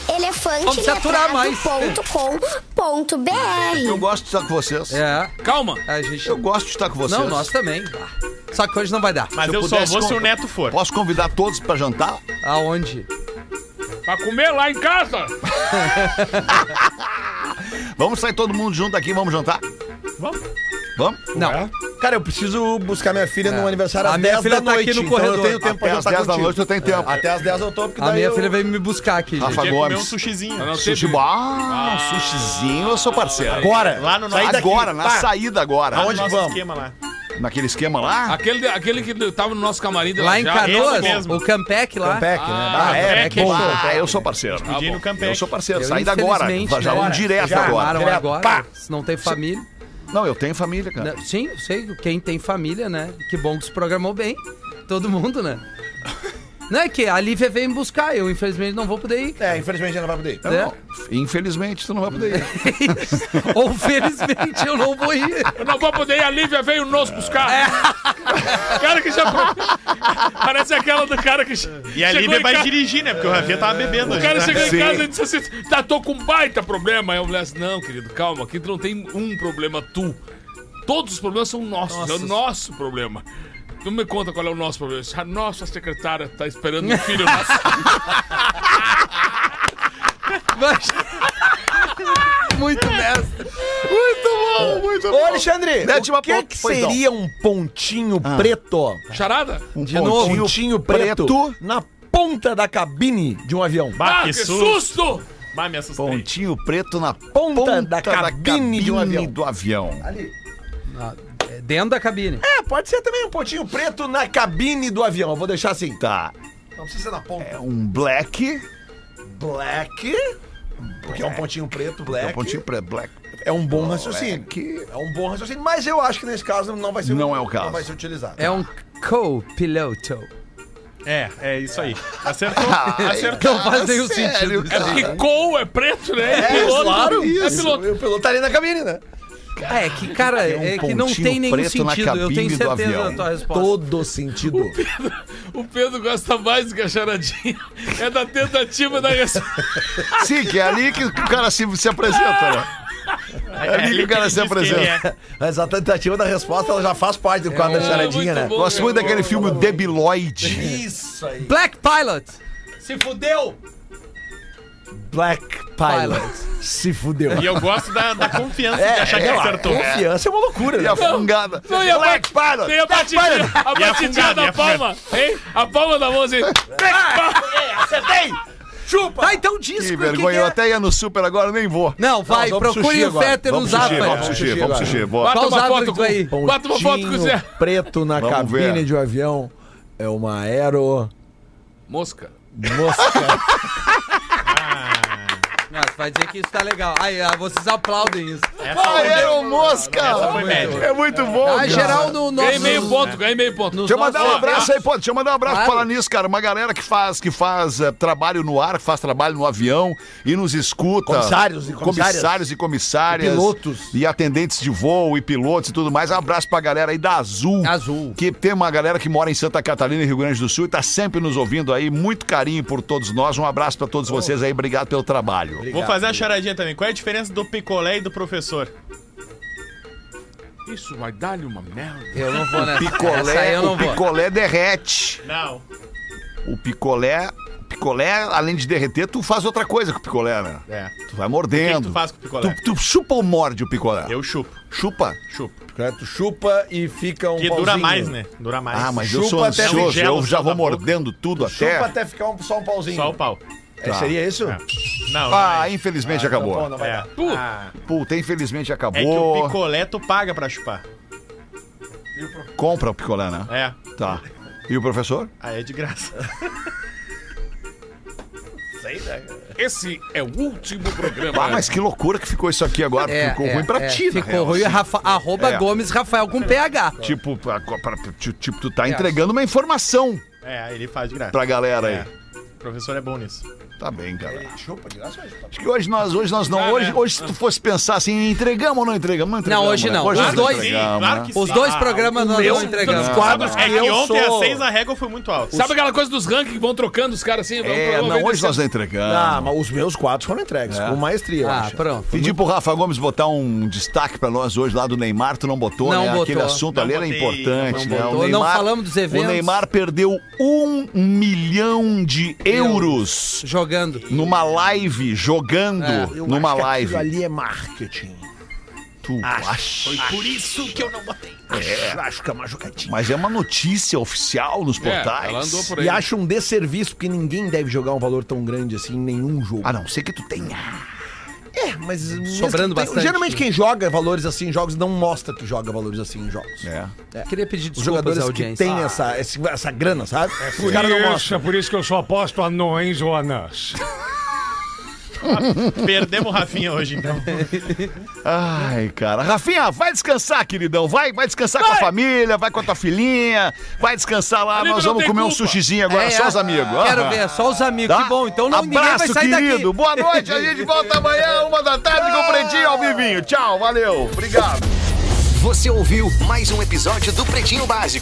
[SPEAKER 8] Vamos se aturar mais.
[SPEAKER 11] elefanteletrado.com.br.
[SPEAKER 2] gosto de estar com vocês.
[SPEAKER 8] É,
[SPEAKER 4] Calma.
[SPEAKER 8] a gente...
[SPEAKER 2] gosto de estar com vocês.
[SPEAKER 8] Não, nós também. Bah. Só que hoje não vai dar.
[SPEAKER 5] Mas
[SPEAKER 2] Se eu
[SPEAKER 5] eu, só
[SPEAKER 2] pudesse
[SPEAKER 5] vou se
[SPEAKER 2] com-
[SPEAKER 5] o Neto for.
[SPEAKER 2] Posso convidar todos para jantar?
[SPEAKER 8] Aonde?
[SPEAKER 4] Pra comer lá em casa.
[SPEAKER 2] Vamos sair todo mundo junto aqui, vamos jantar?
[SPEAKER 5] Vamos.
[SPEAKER 2] Vamos?
[SPEAKER 8] Não.
[SPEAKER 6] É?
[SPEAKER 8] É.
[SPEAKER 6] Cara, eu preciso buscar minha filha no aniversário
[SPEAKER 8] A
[SPEAKER 6] às
[SPEAKER 8] minha
[SPEAKER 6] 10
[SPEAKER 8] filha
[SPEAKER 6] da
[SPEAKER 8] tá aqui
[SPEAKER 6] noite.
[SPEAKER 8] no
[SPEAKER 6] então
[SPEAKER 8] corredor.
[SPEAKER 6] eu tenho tempo
[SPEAKER 2] Até
[SPEAKER 6] pra
[SPEAKER 2] às
[SPEAKER 6] jantar
[SPEAKER 2] 10 da
[SPEAKER 6] contigo.
[SPEAKER 2] noite eu tenho tempo.
[SPEAKER 6] Até às 10 eu tô, porque
[SPEAKER 8] A
[SPEAKER 6] daí
[SPEAKER 8] minha
[SPEAKER 6] eu...
[SPEAKER 8] filha veio me buscar aqui, gente.
[SPEAKER 2] É. Rafa
[SPEAKER 5] Quer comer um
[SPEAKER 2] Gomes.
[SPEAKER 5] sushizinho.
[SPEAKER 4] Não teve-
[SPEAKER 2] Sushi bar. Ah, um sushizinho, eu sou parceiro.
[SPEAKER 6] Agora.
[SPEAKER 5] Lá no
[SPEAKER 6] Saí
[SPEAKER 5] nosso-
[SPEAKER 6] daqui.
[SPEAKER 2] agora, na
[SPEAKER 6] Pá.
[SPEAKER 2] saída agora.
[SPEAKER 5] Lá no nosso
[SPEAKER 6] vamos?
[SPEAKER 5] esquema lá.
[SPEAKER 2] Naquele esquema lá?
[SPEAKER 4] Aquele, aquele que tava no nosso camarim de
[SPEAKER 8] Lá em
[SPEAKER 4] Lajeado.
[SPEAKER 5] esse
[SPEAKER 8] Canoas,
[SPEAKER 5] mesmo.
[SPEAKER 8] o Campec lá.
[SPEAKER 6] Pack, né?
[SPEAKER 4] Ah,
[SPEAKER 6] Ah, é,
[SPEAKER 5] é
[SPEAKER 6] é
[SPEAKER 5] que-
[SPEAKER 6] bom.
[SPEAKER 2] Ah, eu sou parceiro.
[SPEAKER 5] Pedi no
[SPEAKER 2] Eu
[SPEAKER 5] Campec.
[SPEAKER 2] sou parceiro,
[SPEAKER 8] Eu,
[SPEAKER 2] saída agora.
[SPEAKER 8] infelizmente,
[SPEAKER 2] Já
[SPEAKER 8] né,
[SPEAKER 2] vão direto
[SPEAKER 8] já
[SPEAKER 2] agora.
[SPEAKER 8] armaram
[SPEAKER 6] Direto,
[SPEAKER 8] agora.
[SPEAKER 6] pá.
[SPEAKER 8] Se não tem família.
[SPEAKER 2] Não, eu tenho família, cara.
[SPEAKER 8] Né, Sim, eu sei. Quem tem família, né? Que bom que se programou bem. Todo mundo, né? Não é que a Lívia veio me buscar, eu infelizmente não vou poder ir.
[SPEAKER 6] É, infelizmente ela não vai poder. ir.
[SPEAKER 8] né?
[SPEAKER 2] Infelizmente, tu não vai poder ir.
[SPEAKER 8] Ou felizmente eu não vou ir.
[SPEAKER 4] Eu não vou poder ir, a Lívia veio nos buscar. cara que já. Parece aquela do cara que.
[SPEAKER 5] E a Lívia vai dirigir, né? Porque o Rafinha tava bebendo.
[SPEAKER 4] O
[SPEAKER 5] hoje,
[SPEAKER 4] cara
[SPEAKER 5] né?
[SPEAKER 4] chegou em casa e disse assim: tá, tô com um baita problema. Aí eu falei assim: não, querido, calma, aqui tu não tem um problema tu. Todos os problemas são nossos, é o nosso problema. Tu me conta qual é o nosso problema. A nossa secretária tá esperando um filho nosso.
[SPEAKER 8] Mas- Muito mestre.
[SPEAKER 2] Muito bom, muito
[SPEAKER 6] Ô, Alexandre,
[SPEAKER 2] Mete
[SPEAKER 6] o
[SPEAKER 2] uma
[SPEAKER 6] que,
[SPEAKER 2] ponta,
[SPEAKER 6] que
[SPEAKER 2] pois não.
[SPEAKER 6] seria um pontinho preto?
[SPEAKER 4] Charada?
[SPEAKER 2] Um
[SPEAKER 6] De novo,
[SPEAKER 2] pontinho
[SPEAKER 6] pontinho preto,
[SPEAKER 2] preto. Um
[SPEAKER 6] na ponta da cabine de um avião.
[SPEAKER 4] Ah,
[SPEAKER 5] Bah, que susto!
[SPEAKER 4] susto!
[SPEAKER 5] Bah, me assustei.
[SPEAKER 2] Pontinho preto na ponta,
[SPEAKER 6] Ponta da cabine de um avião.
[SPEAKER 2] do avião.
[SPEAKER 8] Ah, Dentro da cabine.
[SPEAKER 6] É, pode ser também um pontinho preto na cabine do avião. Eu vou deixar assim.
[SPEAKER 2] Tá.
[SPEAKER 6] Não precisa ser na ponta.
[SPEAKER 2] É um black.
[SPEAKER 6] Black. Porque é um pontinho preto, black.
[SPEAKER 2] É um pontinho preto. Black.
[SPEAKER 6] É um bom raciocínio.
[SPEAKER 2] Black.
[SPEAKER 6] É um bom raciocínio, mas eu acho que nesse caso não vai ser
[SPEAKER 2] Não é o caso.
[SPEAKER 6] Não vai ser utilizado.
[SPEAKER 8] É um co-piloto.
[SPEAKER 5] É, é isso aí. Acertou, acertou.
[SPEAKER 8] Não faz nenhum
[SPEAKER 2] Ah, é. sério,
[SPEAKER 8] sentido.
[SPEAKER 4] É porque cou é preto, né? É, piloto. É piloto.
[SPEAKER 6] O piloto tá ali na cabine, né?
[SPEAKER 8] Ah, é que, cara,
[SPEAKER 2] É um
[SPEAKER 8] é, que não
[SPEAKER 2] pontinho
[SPEAKER 8] tem nenhum
[SPEAKER 2] preto na
[SPEAKER 8] sentido. Eu
[SPEAKER 2] cabine
[SPEAKER 8] tenho
[SPEAKER 2] do
[SPEAKER 8] certeza
[SPEAKER 2] avião.
[SPEAKER 8] da tua resposta.
[SPEAKER 6] Todo sentido.
[SPEAKER 4] O Pedro gosta mais do que a charadinha. É da tentativa da resposta.
[SPEAKER 2] Sim, que é ali que o cara se, se apresenta, né? É ali que o cara se
[SPEAKER 5] Diz que ele
[SPEAKER 2] apresenta.
[SPEAKER 5] é.
[SPEAKER 6] Mas a tentativa da resposta ela já faz parte do quadro da charadinha, né?
[SPEAKER 4] muito bom.
[SPEAKER 2] Gosto muito daquele filme Debiloid.
[SPEAKER 6] Isso aí.
[SPEAKER 8] Black Pilot.
[SPEAKER 3] Se fudeu!
[SPEAKER 6] Black Pilot.
[SPEAKER 8] Pilot.
[SPEAKER 6] Se fudeu.
[SPEAKER 5] E eu gosto da, da confiança de achar que
[SPEAKER 6] é,
[SPEAKER 5] acertou.
[SPEAKER 6] Confiança é uma loucura,
[SPEAKER 2] E
[SPEAKER 6] né?
[SPEAKER 2] a fungada.
[SPEAKER 4] Não, e a
[SPEAKER 2] Black
[SPEAKER 4] bat- Tem
[SPEAKER 2] Pilot.
[SPEAKER 4] a batidinha, a
[SPEAKER 5] E a
[SPEAKER 4] batidinha
[SPEAKER 5] fungada, e
[SPEAKER 4] da
[SPEAKER 5] a fungada.
[SPEAKER 4] palma. Hein? A palma da mão assim.
[SPEAKER 8] Tá, então diz
[SPEAKER 2] Que
[SPEAKER 8] o que
[SPEAKER 2] vergonha,
[SPEAKER 8] que
[SPEAKER 2] eu
[SPEAKER 8] é.
[SPEAKER 2] até ia no super agora, nem vou.
[SPEAKER 8] Não, vai,
[SPEAKER 6] Não, vamos pro
[SPEAKER 8] procure
[SPEAKER 6] sushi
[SPEAKER 8] o
[SPEAKER 6] agora.
[SPEAKER 8] Fetter no
[SPEAKER 2] Vamos pro
[SPEAKER 8] Zap.
[SPEAKER 2] sushi, vamos pro
[SPEAKER 8] velho.
[SPEAKER 2] sushi, vamos pro sushi. Bora.
[SPEAKER 4] Bota
[SPEAKER 8] Qual
[SPEAKER 4] uma
[SPEAKER 8] zap
[SPEAKER 4] foto
[SPEAKER 8] que tu
[SPEAKER 4] com
[SPEAKER 8] né? vai ir?
[SPEAKER 4] o Bota uma foto com o Zé.
[SPEAKER 6] preto na
[SPEAKER 2] Vamos
[SPEAKER 6] cabine
[SPEAKER 2] ver.
[SPEAKER 6] de um avião é uma aero
[SPEAKER 4] Mosca.
[SPEAKER 6] mosca.
[SPEAKER 8] Ah, tu vai dizer que isso tá legal. Aí, ah, vocês aplaudem isso.
[SPEAKER 5] é
[SPEAKER 2] Ah, era o Mosca!
[SPEAKER 5] foi média.
[SPEAKER 2] É muito bom,
[SPEAKER 8] Ah,
[SPEAKER 2] cara.
[SPEAKER 8] geral no nosso...
[SPEAKER 4] Ganhei meio ponto, ganhei meio ponto.
[SPEAKER 2] Deixa eu mandar um
[SPEAKER 8] Nossa,
[SPEAKER 2] abraço aí, pô. Deixa eu mandar um abraço
[SPEAKER 8] Claro.
[SPEAKER 2] para falar nisso, cara. Uma galera que faz, que faz eh, trabalho no ar, que faz trabalho no avião e nos escuta.
[SPEAKER 6] Comissários e comissárias.
[SPEAKER 2] comissários e comissárias.
[SPEAKER 6] E pilotos.
[SPEAKER 2] E atendentes de voo e pilotos e tudo mais. Um abraço pra galera aí da Azul.
[SPEAKER 8] Azul.
[SPEAKER 2] Que tem uma galera que mora em Santa Catarina e Rio Grande do Sul e tá sempre nos ouvindo aí. Muito carinho por todos nós. Um abraço pra todos vocês aí. Obrigado pelo trabalho.
[SPEAKER 5] Vou fazer a charadinha também. Qual é a diferença do picolé e do professor?
[SPEAKER 4] Isso vai dar-lhe uma merda.
[SPEAKER 8] Eu não vou nessa. Essa aí
[SPEAKER 2] Picolé,
[SPEAKER 8] eu não
[SPEAKER 2] o
[SPEAKER 8] vou.
[SPEAKER 2] picolé derrete.
[SPEAKER 5] Não.
[SPEAKER 2] O picolé, picolé, além de derreter, tu faz outra coisa com o picolé, né?
[SPEAKER 5] É.
[SPEAKER 2] Tu vai
[SPEAKER 5] O que, que
[SPEAKER 2] mordendo.
[SPEAKER 5] tu faz com o picolé?
[SPEAKER 2] Tu, tu chupa ou morde o picolé?
[SPEAKER 5] Eu chupo,
[SPEAKER 2] Chupa?
[SPEAKER 5] chupo.
[SPEAKER 6] tu chupa e fica um
[SPEAKER 5] Que dura
[SPEAKER 6] pauzinho.
[SPEAKER 5] mais, né? Dura mais.
[SPEAKER 2] Ah, mas eu
[SPEAKER 6] Chupa
[SPEAKER 2] sou
[SPEAKER 6] até
[SPEAKER 2] ansioso,
[SPEAKER 5] gelo,
[SPEAKER 2] eu já
[SPEAKER 5] só
[SPEAKER 2] vou
[SPEAKER 5] na boca.
[SPEAKER 2] mordendo tudo até.
[SPEAKER 6] Chupa até ficar um- só um pauzinho.
[SPEAKER 5] Só o pau.
[SPEAKER 6] É, seria isso?
[SPEAKER 5] É. Não,
[SPEAKER 2] Ah,
[SPEAKER 5] não
[SPEAKER 2] infelizmente
[SPEAKER 6] Então,
[SPEAKER 2] acabou.
[SPEAKER 6] bom, não vai
[SPEAKER 5] é.
[SPEAKER 6] dar.
[SPEAKER 4] Pô,
[SPEAKER 5] Ah,
[SPEAKER 2] Puta, infelizmente
[SPEAKER 5] é que o
[SPEAKER 2] acabou.
[SPEAKER 5] picolé tu paga pra chupar.
[SPEAKER 2] Compra o picolé, né?
[SPEAKER 5] É.
[SPEAKER 2] Tá. E o professor?
[SPEAKER 5] Aí é de graça.
[SPEAKER 4] esse é o último programa.
[SPEAKER 2] Ah, mas que loucura que ficou isso aqui agora.
[SPEAKER 8] É,
[SPEAKER 2] ficou
[SPEAKER 8] é,
[SPEAKER 2] ruim pra
[SPEAKER 8] é.
[SPEAKER 2] ti, né?
[SPEAKER 8] Ficou ruim. Rafa, arroba
[SPEAKER 2] É.
[SPEAKER 8] Gomes Rafael com PH.
[SPEAKER 2] Tipo, pra- pra- ti- tipo, tu
[SPEAKER 8] É.
[SPEAKER 2] tá entregando uma informação
[SPEAKER 5] É, ele faz de graça.
[SPEAKER 2] pra galera aí.
[SPEAKER 5] O professor é bom nisso.
[SPEAKER 2] Tá bem, cara.
[SPEAKER 6] Chupa de graça, chupa.
[SPEAKER 2] Acho que hoje nós, hoje nós não. hoje, hoje, se tu fosse pensar assim, entregamos ou não entregamos? Não, entregamos,
[SPEAKER 8] hoje
[SPEAKER 2] né?
[SPEAKER 8] não.
[SPEAKER 2] Hoje
[SPEAKER 8] Os
[SPEAKER 2] nós
[SPEAKER 8] dois.
[SPEAKER 2] entregamos, né?
[SPEAKER 8] Os dois programas nós não entregamos.
[SPEAKER 6] quadros
[SPEAKER 5] É que
[SPEAKER 6] eu
[SPEAKER 5] ontem
[SPEAKER 6] sou-
[SPEAKER 5] às seis a régua foi muito alta.
[SPEAKER 4] Sabe aquela coisa dos rankings que vão trocando os caras assim?
[SPEAKER 2] É, não, hoje nós não entregamos.
[SPEAKER 6] Ah, mas os meus quadros foram entregues, com maestria, eu
[SPEAKER 8] Ah,
[SPEAKER 6] acho.
[SPEAKER 8] pronto.
[SPEAKER 2] Pedi pro Rafa Gomes botar um destaque pra nós hoje lá do Neymar, tu não botou,
[SPEAKER 8] Não
[SPEAKER 2] né?
[SPEAKER 8] botou.
[SPEAKER 2] Aquele assunto
[SPEAKER 5] Não
[SPEAKER 2] ali era
[SPEAKER 5] botei,
[SPEAKER 2] importante,
[SPEAKER 8] não
[SPEAKER 2] né?
[SPEAKER 8] botou. Não falamos dos eventos.
[SPEAKER 2] O Neymar perdeu um milhão de euros
[SPEAKER 8] Jogando.
[SPEAKER 2] numa live, jogando
[SPEAKER 6] Eu
[SPEAKER 2] numa
[SPEAKER 6] acho que
[SPEAKER 2] live.
[SPEAKER 6] aquilo ali é marketing.
[SPEAKER 2] Tu acha?
[SPEAKER 5] Por isso que eu não botei.
[SPEAKER 6] Acho, acho que é uma jogadinha.
[SPEAKER 2] Mas é uma notícia oficial nos é portais.
[SPEAKER 4] É, ela andou por aí.
[SPEAKER 6] E acho um desserviço, porque ninguém deve jogar um valor tão grande assim em nenhum jogo.
[SPEAKER 2] A não ser que tu tenha.
[SPEAKER 6] É, mas mesmo
[SPEAKER 8] Sobrando
[SPEAKER 6] que tenha-
[SPEAKER 8] bastante.
[SPEAKER 6] Geralmente quem joga valores assim em jogos não mostra que joga valores assim em jogos.
[SPEAKER 2] É.
[SPEAKER 8] Queria pedir
[SPEAKER 6] Os
[SPEAKER 8] desculpas à
[SPEAKER 6] jogadores que
[SPEAKER 8] audiência.
[SPEAKER 6] têm essa, esse- essa grana, sabe? Os
[SPEAKER 7] Por
[SPEAKER 6] caras não
[SPEAKER 7] isso,
[SPEAKER 6] mostram.
[SPEAKER 7] por isso que eu só aposto anões ou anãs.
[SPEAKER 5] Perdemos o Rafinha hoje, então.
[SPEAKER 2] Ai, cara. Rafinha, vai descansar, queridão. Vai, vai descansar com a família, vai com a tua filhinha, vai descansar lá.
[SPEAKER 4] Amigo,
[SPEAKER 2] Nós
[SPEAKER 4] não
[SPEAKER 2] vamos
[SPEAKER 4] tem
[SPEAKER 2] comer um
[SPEAKER 4] culpa.
[SPEAKER 2] sushizinho agora,
[SPEAKER 8] É,
[SPEAKER 2] só os
[SPEAKER 8] é.
[SPEAKER 2] amigos.
[SPEAKER 8] Quero
[SPEAKER 2] Aham.
[SPEAKER 8] ver, só os amigos.
[SPEAKER 2] Tá?
[SPEAKER 8] Que bom, então não, ninguém vai
[SPEAKER 2] Abraço,
[SPEAKER 8] sair
[SPEAKER 2] querido.
[SPEAKER 8] daqui.
[SPEAKER 2] Boa noite. A gente volta amanhã, uma da tarde, com o Pretinho ao vivinho. Tchau, valeu. Obrigado.
[SPEAKER 1] Você ouviu mais um episódio do Pretinho Básico.